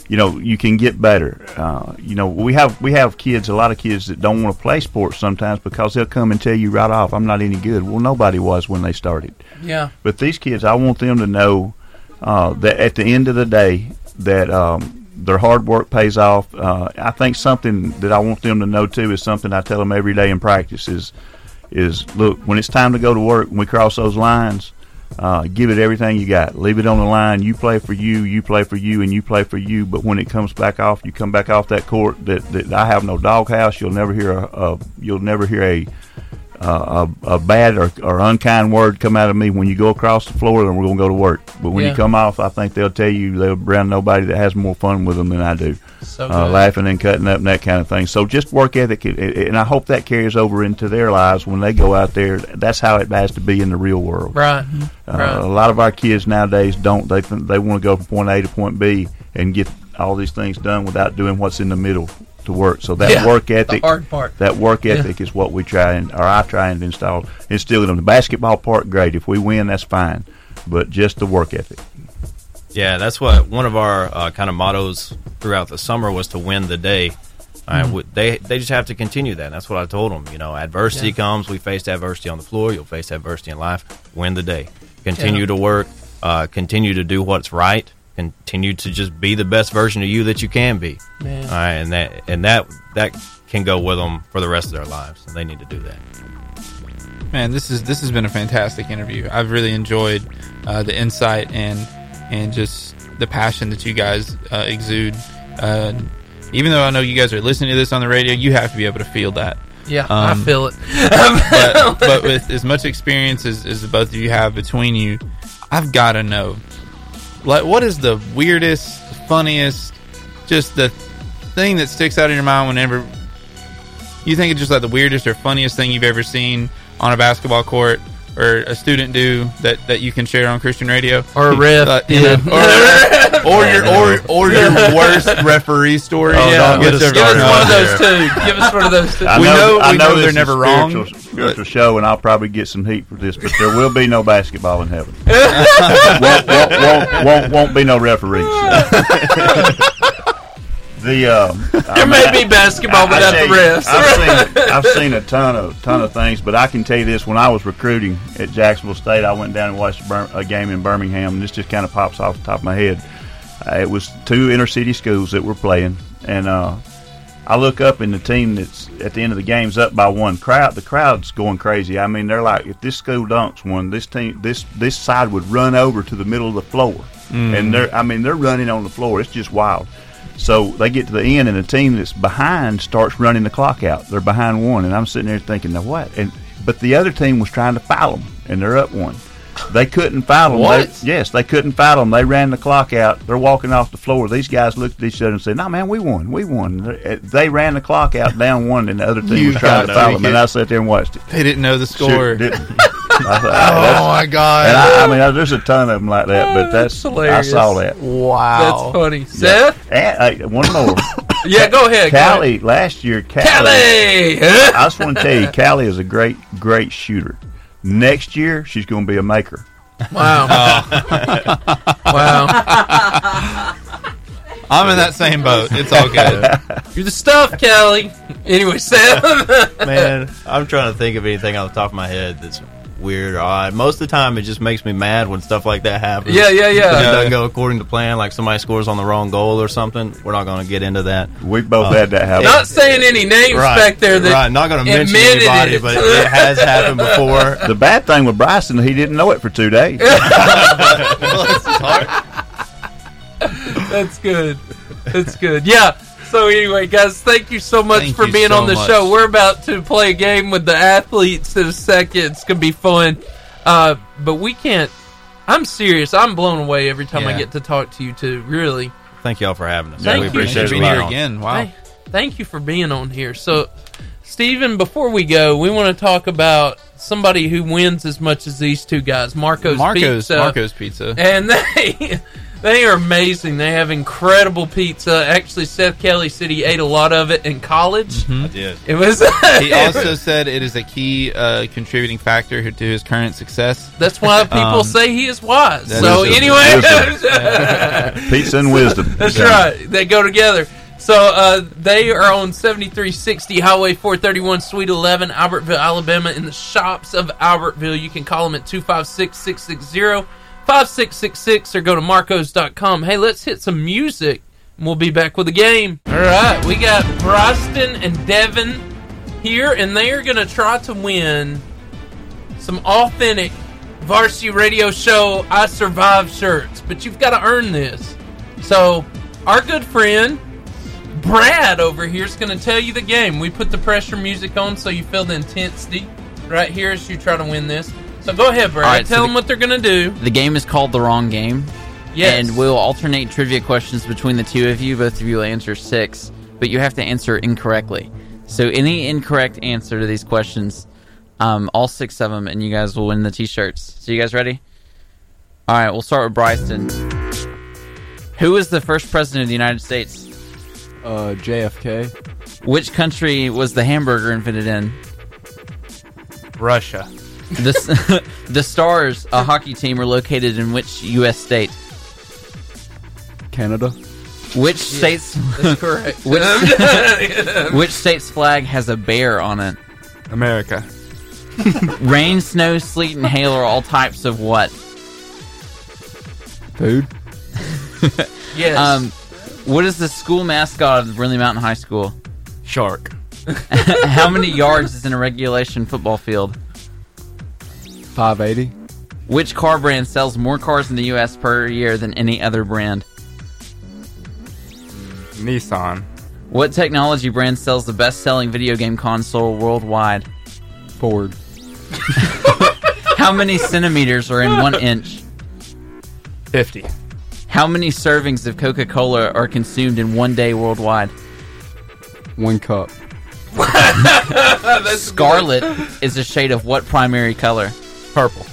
K: you know you can get better. Uh, you know we have we have kids, a lot of kids that don't want to play sports sometimes because they'll come and tell you right off, I'm not any good. Well, nobody was when they started.
A: Yeah.
K: But these kids, I want them to know uh, that at the end of the day that um, their hard work pays off. Uh, I think something that I want them to know too is something I tell them every day in practice is is look when it's time to go to work when we cross those lines. Uh, give it everything you got. Leave it on the line. You play for you, you play for you, and you play for you. But when it comes back off, you come back off that court. That, that I have no doghouse. You'll never hear a, a you'll never hear a uh, a, a bad or, or unkind word come out of me when you go across the floor. Then we're gonna go to work. But when
O: Yeah.
K: you come off, I think they'll tell you they're around nobody that has more fun with them than I do.
O: So
K: uh,
O: good.
K: laughing and cutting up and that kind of thing. So just work ethic, and- and I hope that carries over into their lives when they go out there. That's how it has to be in the real world.
A: Right.
K: Uh,
A: Right.
K: A lot of our kids nowadays don't. They th- they want to go from point A to point B and get all these things done without doing what's in the middle to work. So that
A: Yeah,
K: work
A: the
K: ethic,
A: hard part.
K: that work
A: Yeah.
K: ethic is what we try and or I try and install instill in them. The basketball part, great. If we win, that's fine, but just the work ethic.
N: Yeah, that's what one of our uh, kind of mottos throughout the summer was to win the day. I
K: Mhm.
N: would- they they just have to continue that. That's what I told them. You know, adversity
K: Yeah.
N: comes. We faced adversity on the floor. You'll face adversity in life. Win the day. Continue to work. Uh, continue to do what's right. Continue to just be the best version of you that you can be.
A: Man.
N: All right, and that and that that can go with them for the rest of their lives. And they need to do that.
B: Man, this is this has been a fantastic interview. I've really enjoyed uh, the insight and and just the passion that you guys uh, exude. Uh, even though I know you guys are listening to this on the radio, you have to be able to feel that. Um,
A: Yeah, I feel it.
B: but, but with as much experience as, as the both of you have between you, I've got to know, like, what is the weirdest, funniest, just the thing that sticks out in your mind whenever you think it's just like the weirdest or funniest thing you've ever seen on a basketball court or a student do that, that you can share on Christian radio
A: Or a riff,
B: Uh,
A: you
B: yeah.
A: know.
B: or, or your or or your worst referee story.
A: Oh,
B: yeah,
A: don't get us started Give us one of those there. two. Give us one of those two.
K: I
B: We know,
K: I
B: we know,
K: this
B: they're
K: is
B: never
K: spiritual-
B: wrong.
K: Spiritual show, and I'll probably get some heat for this, but there will be no basketball in heaven. won't, won't, won't, won't, won't be no referees. the um,
A: There may be basketball without
K: tell
A: the
K: you,
A: refs.
K: I've seen, I've seen a ton of ton of things, but I can tell you this: when I was recruiting at Jacksonville State, I went down and watched a, Bir- a game in Birmingham, and this just kind of pops off the top of my head. Uh, it was two inner city schools that were playing, and uh, I look up and the team that's at the end of the game's up by one. Crowd, the crowd's going crazy. I mean, they're like, if this school dunks one, this team, this this side would run over to the middle of the floor,
O: Mm.
K: and they're, I mean, they're running on the floor. It's just wild. So they get to the end, and the team that's behind starts running the clock out. They're behind one, and I'm sitting there thinking, now what? And but the other team was trying to foul them, and they're up one. They couldn't foul them.
O: What?
K: They- yes, they couldn't foul them. They ran the clock out. They're walking off the floor. These guys looked at each other and said, "No, man, we won. We won." They- They ran the clock out down one, and the other team
B: You
K: was trying to
B: gotta
K: foul
B: be
K: them. And
B: kidding.
K: I sat there and watched it.
B: They didn't know the score.
K: didn't. I thought, that's-
B: my God.
K: And I, I mean, I- there's a ton of them like that, but that's,
A: hilarious.
K: I saw that.
B: Wow.
A: That's funny.
K: Yeah. And, uh, one more.
A: Yeah, go ahead. go ahead.
K: Callie, last year, Callie.
A: Callie!
K: I just want to tell you, Callie is a great, great shooter. Next year, she's going to be a maker.
A: Wow. wow.
B: I'm in that same boat. It's all good.
A: You're the stuff, Callie. Anyway, Sam.
N: Man, I'm trying to think of anything off the top of my head that's weird or odd. Most of the time, it just makes me mad when stuff like that happens.
A: Yeah, yeah, yeah.
N: If It
A: Yeah.
N: doesn't go according to plan, like somebody scores on the wrong goal or something. We're not going to get into that.
K: We both had that happen.
A: Not saying any names
N: Right,
A: back there. That
N: right, not gonna mention
A: admitted
N: anybody,
A: it.
N: but it has happened before.
K: The bad thing with Bryson, he didn't know it for two days.
A: That's good. That's good. Yeah. So anyway, guys, thank you so much
B: Thank
A: for
B: you
A: being
B: so
A: on the
B: much.
A: show. We're about to play a game with the athletes in a second. It's gonna be fun. Uh, but we can't. I'm serious. I'm blown away every time I
N: Yeah.
A: get to talk to you two. Really.
N: Thank y'all for having us.
A: Thank
N: we
A: you.
N: appreciate
A: Thank you
N: it.
A: for being
N: Right
A: here
N: on.
B: again. Wow.
A: Hey, thank you for being on here. So, Steven, before we go, we want to talk about somebody who wins as much as these two guys, Marco's,
B: Marco's-
A: Pizza.
B: Marco's Pizza.
A: And they they are amazing. They have incredible pizza. Actually, Seth Kelly said he ate a lot of it in college.
B: Mhm. I
N: did.
A: It was
B: he also said it is a key uh, contributing factor to his current success.
A: That's why people
B: Um,
A: say he is wise.
B: that
A: So
B: is a-
A: anyway,
B: wisdom. Pizza and wisdom.
A: That's
B: Yeah.
A: right. They go together. So uh, they are on 7360 Highway 431, Suite 11, Albertville, Alabama, in the shops of Albertville. You can call them at 256 660 5666 or go to marcos.com. Hey, let's hit some music and we'll be back with the game. All right, we got Broston and Devin here, and they are going to try to win some authentic varsity radio show I Survive shirts, but you've got to earn this. So, our good friend Brad over here is going to tell you the game. We put the pressure music on so you feel the intensity right here as you try to win this. So, go ahead, Brad.
C: All right, so
A: tell
C: the-
A: them what they're going to do.
C: The game is called The Wrong Game.
A: Yes.
C: And we'll alternate trivia questions between the two of you. Both of you will answer six, but you have to answer incorrectly. So any incorrect answer to these questions, um, all six of them, and you guys will win the t-shirts. So you guys ready? All right, we'll start with Bryson. Who was the first president of the United States?
L: Uh, JFK.
C: Which country was the hamburger invented in?
M: Russia.
C: The, s- the Stars, a hockey team, are located in which U.S. state?
L: Canada.
C: Which state's
L: that's correct.
C: which, which state's flag has a bear on it?
M: America.
C: Rain, snow, sleet, and hail are all types of what?
L: Food.
A: Yes.
C: Um, what is the school mascot of Brindley Mountain High School?
M: Shark.
C: How many yards is in a regulation football field?
L: 580.
C: Which car brand sells more cars in the U.S. per year than any other brand?
M: Nissan.
C: What technology brand sells the best-selling video game console worldwide?
L: Ford.
C: How many centimeters are in one inch?
M: 50.
C: How many servings of Coca Cola are consumed in one day worldwide?
L: One cup.
C: Scarlet is a shade of what primary color?
M: Purple.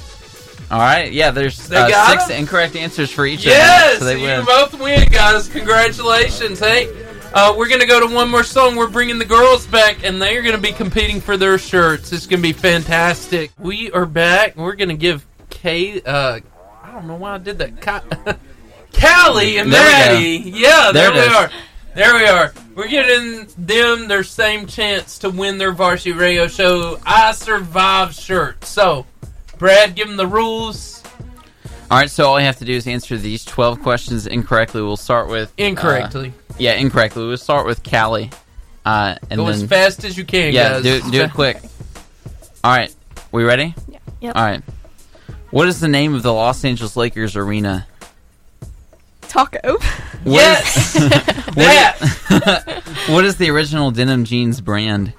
C: All right, yeah, there's
A: They
C: uh,
A: got
C: six
A: him?
C: incorrect answers for each
A: Yes,
C: of them. so they
A: you
C: win.
A: both win, guys. Congratulations. Hey, uh, we're going to go to one more song. We're bringing the girls back, and they're going to be competing for their shirts. It's going to be fantastic. We are back. We're going to give Kay, uh, I don't know why I did that. Ca- Callie and
C: There we go.
A: Maddie. Yeah, there,
C: There it
A: we
C: is.
A: are. There we are. We're giving them their same chance to win their varsity radio show I Survive shirt. So, Brad, give them the rules.
C: All right, so all you have to do is answer these 12 questions incorrectly. We'll start with. uh,
A: Incorrectly.
C: yeah, incorrectly. We'll start with Callie. Uh, and
A: Go
C: then,
A: as fast as you can,
C: Yeah,
A: guys.
C: do, do it quick. All right, we ready? Yeah.
J: Yep.
C: All right. What is the name of the Los Angeles Lakers arena?
J: Taco.
C: What is- what, is, what is the original denim jeans brand?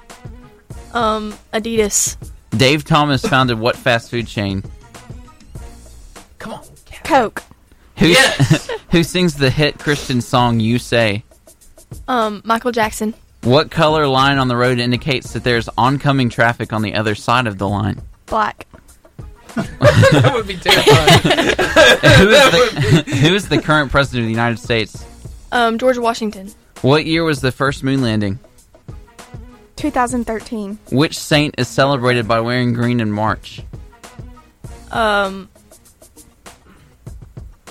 I: Um, Adidas.
C: Dave Thomas founded what fast food chain?
I: Coke.
C: Who, who sings the hit Christian song You Say?
I: Um, Michael Jackson.
C: What color line on the road indicates that there's oncoming traffic on the other side of the line?
I: Black.
A: that would be terrifying.
C: who, is the, who is the current president of the United States?
I: Um, George Washington.
C: What year was the first moon landing?
J: 2013.
C: Which saint is celebrated by wearing green in March?
I: Um,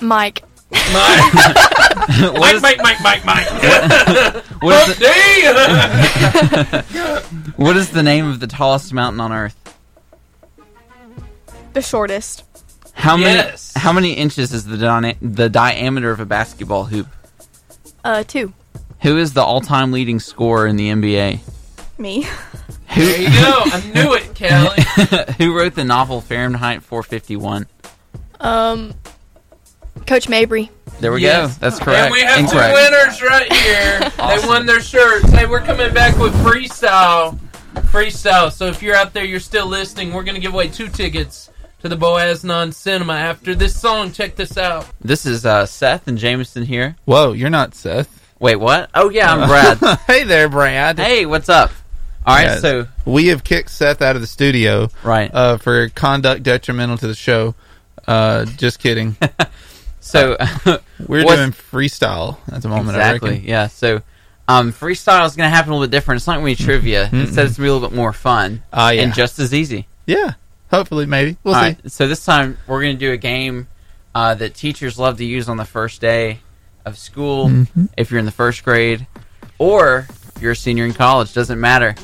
I: Mike.
C: What is-
A: Mike, Mike, Mike, Mike.
C: What is
A: Humpty!
C: what is the name of the tallest mountain on Earth?
J: The shortest.
C: How
J: Yes.
C: many how many inches is the dina- the diameter of a basketball hoop?
I: Uh, two.
C: Who is the all-time leading scorer in the NBA?
J: Me.
C: Who-
A: there you go. I knew it, Callie.
C: Who wrote the novel Fahrenheit 451?
I: Um, Coach Mabry.
C: There we
A: Yes.
C: go. That's correct.
A: And we have
C: Incorrect.
A: two winners right here. They won their shirts. Hey, we're coming back with freestyle. Freestyle. So if you're out there, you're still listening, we're going to give away two tickets to the Boaz Non Cinema after this song. Check this out.
C: This is uh, Seth and Jameson here.
B: Whoa, you're not Seth.
C: Wait, what? Oh yeah, I'm Brad.
B: hey there, Brad.
C: hey, what's up? All right,
B: Yeah,
C: so
B: we have kicked Seth out of the studio,
C: right?
B: Uh, for conduct detrimental to the show. Uh, just kidding.
C: so
B: we're
C: what's-
B: doing freestyle at the moment. I
C: Exactly.
B: reckon.
C: Yeah. So, um, freestyle is going to happen a little bit different. It's not going to be trivia. Instead, it's going to be a little bit more fun.
B: Mm-hmm. Ah, yeah.
C: And just as easy.
B: Yeah. Hopefully, maybe we'll
C: All
B: see.
C: right, So this time we're going to do a game uh, that teachers love to use on the first day of school.
B: Mhm.
C: If you're in the first grade, or if you're a senior in college, doesn't matter.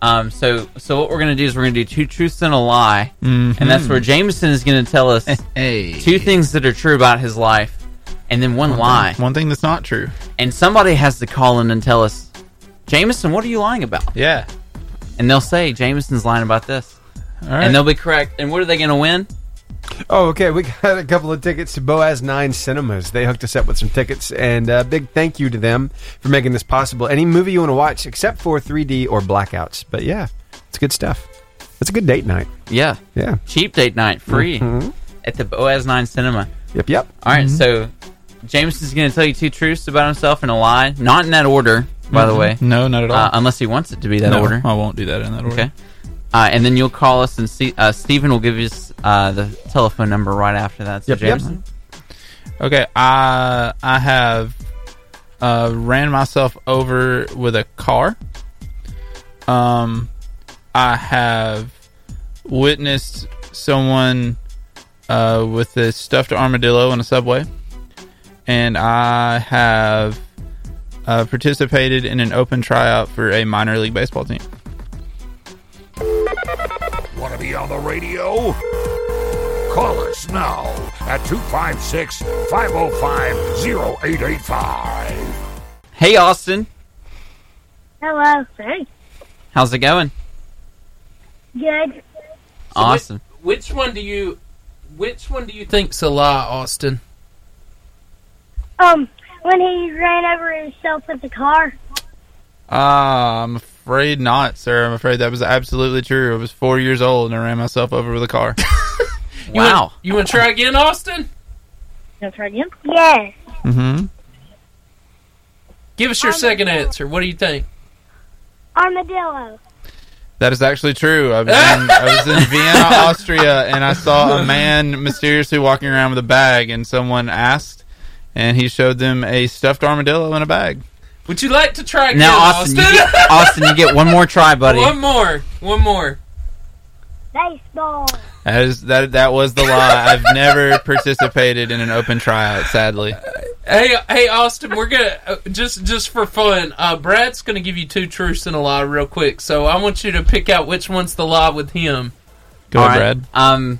C: Um, so, so what we're gonna do is we're gonna do two truths and a lie,
B: Mhm.
C: and that's where Jameson is gonna tell us two things that are true about his life, and then one,
B: One thing-
C: lie,
B: one thing that's not true.
C: And somebody has to call in and tell us, Jameson, what are you lying about?
B: Yeah,
C: and they'll say Jameson's lying about this,
D: right.
C: and they'll be correct. And what are they gonna win?
D: Oh, okay. We got a couple of tickets to Boaz Nine Cinemas. They hooked us up with some tickets, and a big thank you to them for making this possible. Any movie you want to watch, except for 3D or blackouts. But yeah, it's good stuff. It's a good date night.
C: Yeah.
D: Yeah.
C: Cheap date night, free
D: Mhm.
C: at the Boaz Nine Cinema.
D: Yep, yep.
C: All
B: Mm-hmm.
C: right, so Jameson's going to tell you two truths about himself and a lie, not in that order, by the
B: Mhm.
C: way.
B: No, not at all.
C: Uh, unless he wants it to be that
B: No,
C: order.
B: I won't do that in that order.
C: Okay. Uh, and then you'll call us, and see, uh, Stephen will give us uh, the telephone number right after that. So Jameson,
B: Okay, I I have uh, ran myself over with a car. Um, I have witnessed someone uh, with a stuffed armadillo in a subway, and I have uh, participated in an open tryout for a minor league baseball team.
F: Want to be on the radio? Call us now at 256 505 0885.
C: Hey, Austin.
O: Hello, sir.
C: How's it going?
O: Good.
C: awesome.
A: Which one do you? Which one do you think's a lie, Austin?
O: Um, when he ran over himself with the car.
B: Ah, I'm afraid not, sir. I'm afraid that was absolutely true. I was four years old and I ran myself over with a car.
C: wow.
A: You want to try again, Austin?
O: That's right, again? Yes.
B: Mm-hmm.
A: Give us your second answer. What do you think?
O: Armadillo.
B: That is actually true. I was, in, I was in Vienna, Austria, and I saw a man mysteriously walking around with a bag, and someone asked, and he showed them a stuffed armadillo in a bag.
A: Would you like to try again,
B: Now,
A: Austin?
B: Austin,
C: You get- Austin, you get one more try, buddy.
A: One more. One more.
O: Baseball.
B: That, is, that, that was the lie. I've never participated in an open tryout, sadly.
A: Hey, hey, Austin, we're gonna uh, just just for fun. Uh, Brad's gonna give you two truths and a lie real quick. So I want you to pick out which one's the lie with him.
B: Go
C: All
B: ahead,
C: right, Um,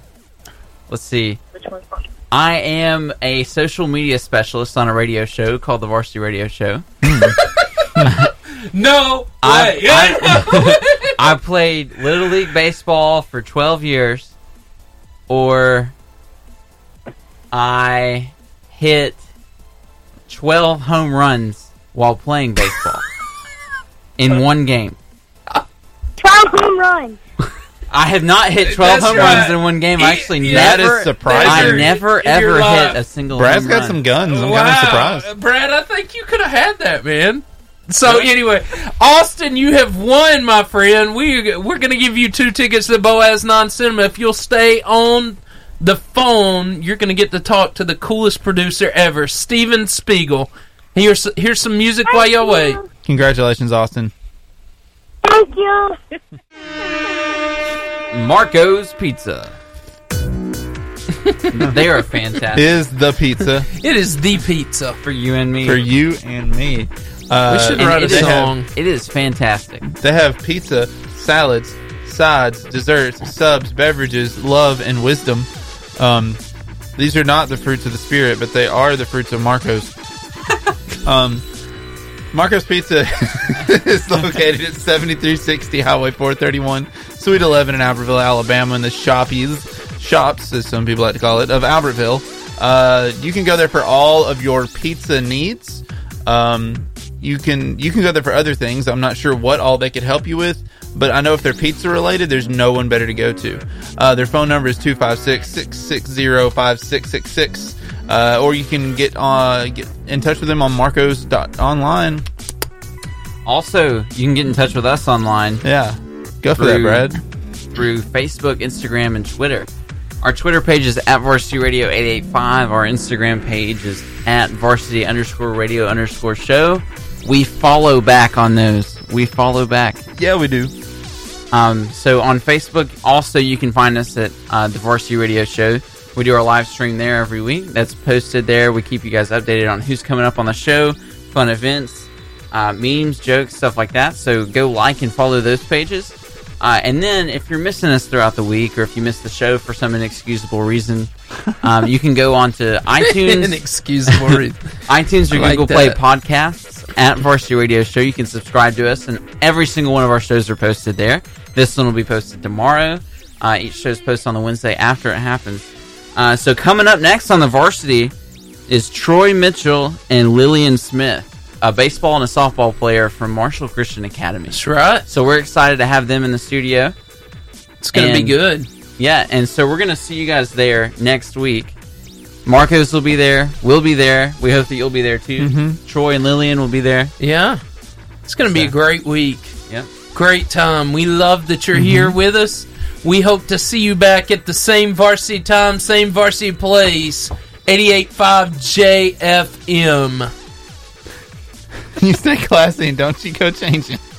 C: let's see. I am a social media specialist on a radio show called the Varsity Radio Show.
A: No
C: I-
A: way.
C: I, I played Little League Baseball for 12 years, or I hit 12 home runs while playing baseball in one game.
O: 12 home runs.
C: I have not hit 12
B: That's
C: home
B: right.
C: runs in one game. I actually
B: That
C: never.
B: is surprising.
C: I never ever hit a single
B: Brad's
C: home
B: got
C: run.
B: some guns. I'm kind of
A: wow,
B: surprised.
A: Brad, I think you could have had that, man. So anyway, Austin, you have won, my friend. We we're gonna give you two tickets to Boaz Non Cinema if you'll stay on the phone. You're gonna get to talk to the coolest producer ever, Steven Spiegel. Here's here's some music while y'all wait.
B: Congratulations, Austin.
O: Thank you.
C: Marco's Pizza. they are fantastic.
B: Is the pizza.
A: It is the pizza
C: for you and me.
B: For you and me. Uh,
C: And
B: and
C: it
B: they
C: is-
B: have-
C: it is fantastic.
B: They have pizza, salads, sides, desserts, subs, beverages, love, and wisdom. Um, these are not the fruits of the spirit, but they are the fruits of Marcos. um, Marcos Pizza is located at 7360 Highway 431, Suite 11 in Albertville, Alabama, in the shoppies, shops, as some people like to call it, of Albertville. Uh, you can go there for all of your pizza needs. Um, you can you can go there for other things. I'm not sure what all they could help you with, but I know if they're pizza related, there's no one better to go to. Uh, their phone number is 256 660 5666. Or you can get, uh, get in touch with them on marcos.online.
C: Also, you can get in touch with us online.
B: Yeah. Go for that, Brad.
C: Through Facebook, Instagram, and Twitter. Our Twitter page is at Varsity Radio 885. Our Instagram page is at Varsity underscore radio underscore show. We follow back on those. We follow back.
B: Yeah, we do.
C: Um, so on Facebook, also, you can find us at uh, the Varsity Radio Show. We do our live stream there every week. That's posted there. We keep you guys updated on who's coming up on the show, fun events, uh, memes, jokes, stuff like that. So go like and follow those pages. Uh, and then if you're missing us throughout the week, or if you missed the show for some inexcusable reason, um, you can go on to iTunes,
A: Inexcusable reason.
C: iTunes or
A: I like
C: Google Play
A: that.
C: Podcasts at Varsity Radio Show. You can subscribe to us, and every single one of our shows are posted there. This one will be posted tomorrow. Uh, each show's posted on the Wednesday after it happens. Uh, so coming up next on the Varsity is Troy Mitchell and Lillian Smith, a baseball and a softball player from Marshall Christian Academy. That's
A: right.
C: So we're excited to have them in the studio.
A: It's gonna be good.
C: Yeah, and so we're gonna see you guys there next week. Marcos will be there. We'll be there. We hope that you'll be there too.
A: Mhm.
C: Troy and Lillian will be there.
A: Yeah. It's going to be a great week.
C: Yep.
A: Great time. We love that
B: Mm-hmm.
A: you're here with us. We hope to see you back at the same varsity time, same varsity place, 88.5 JFM.
B: you stay classy and don't you go changing.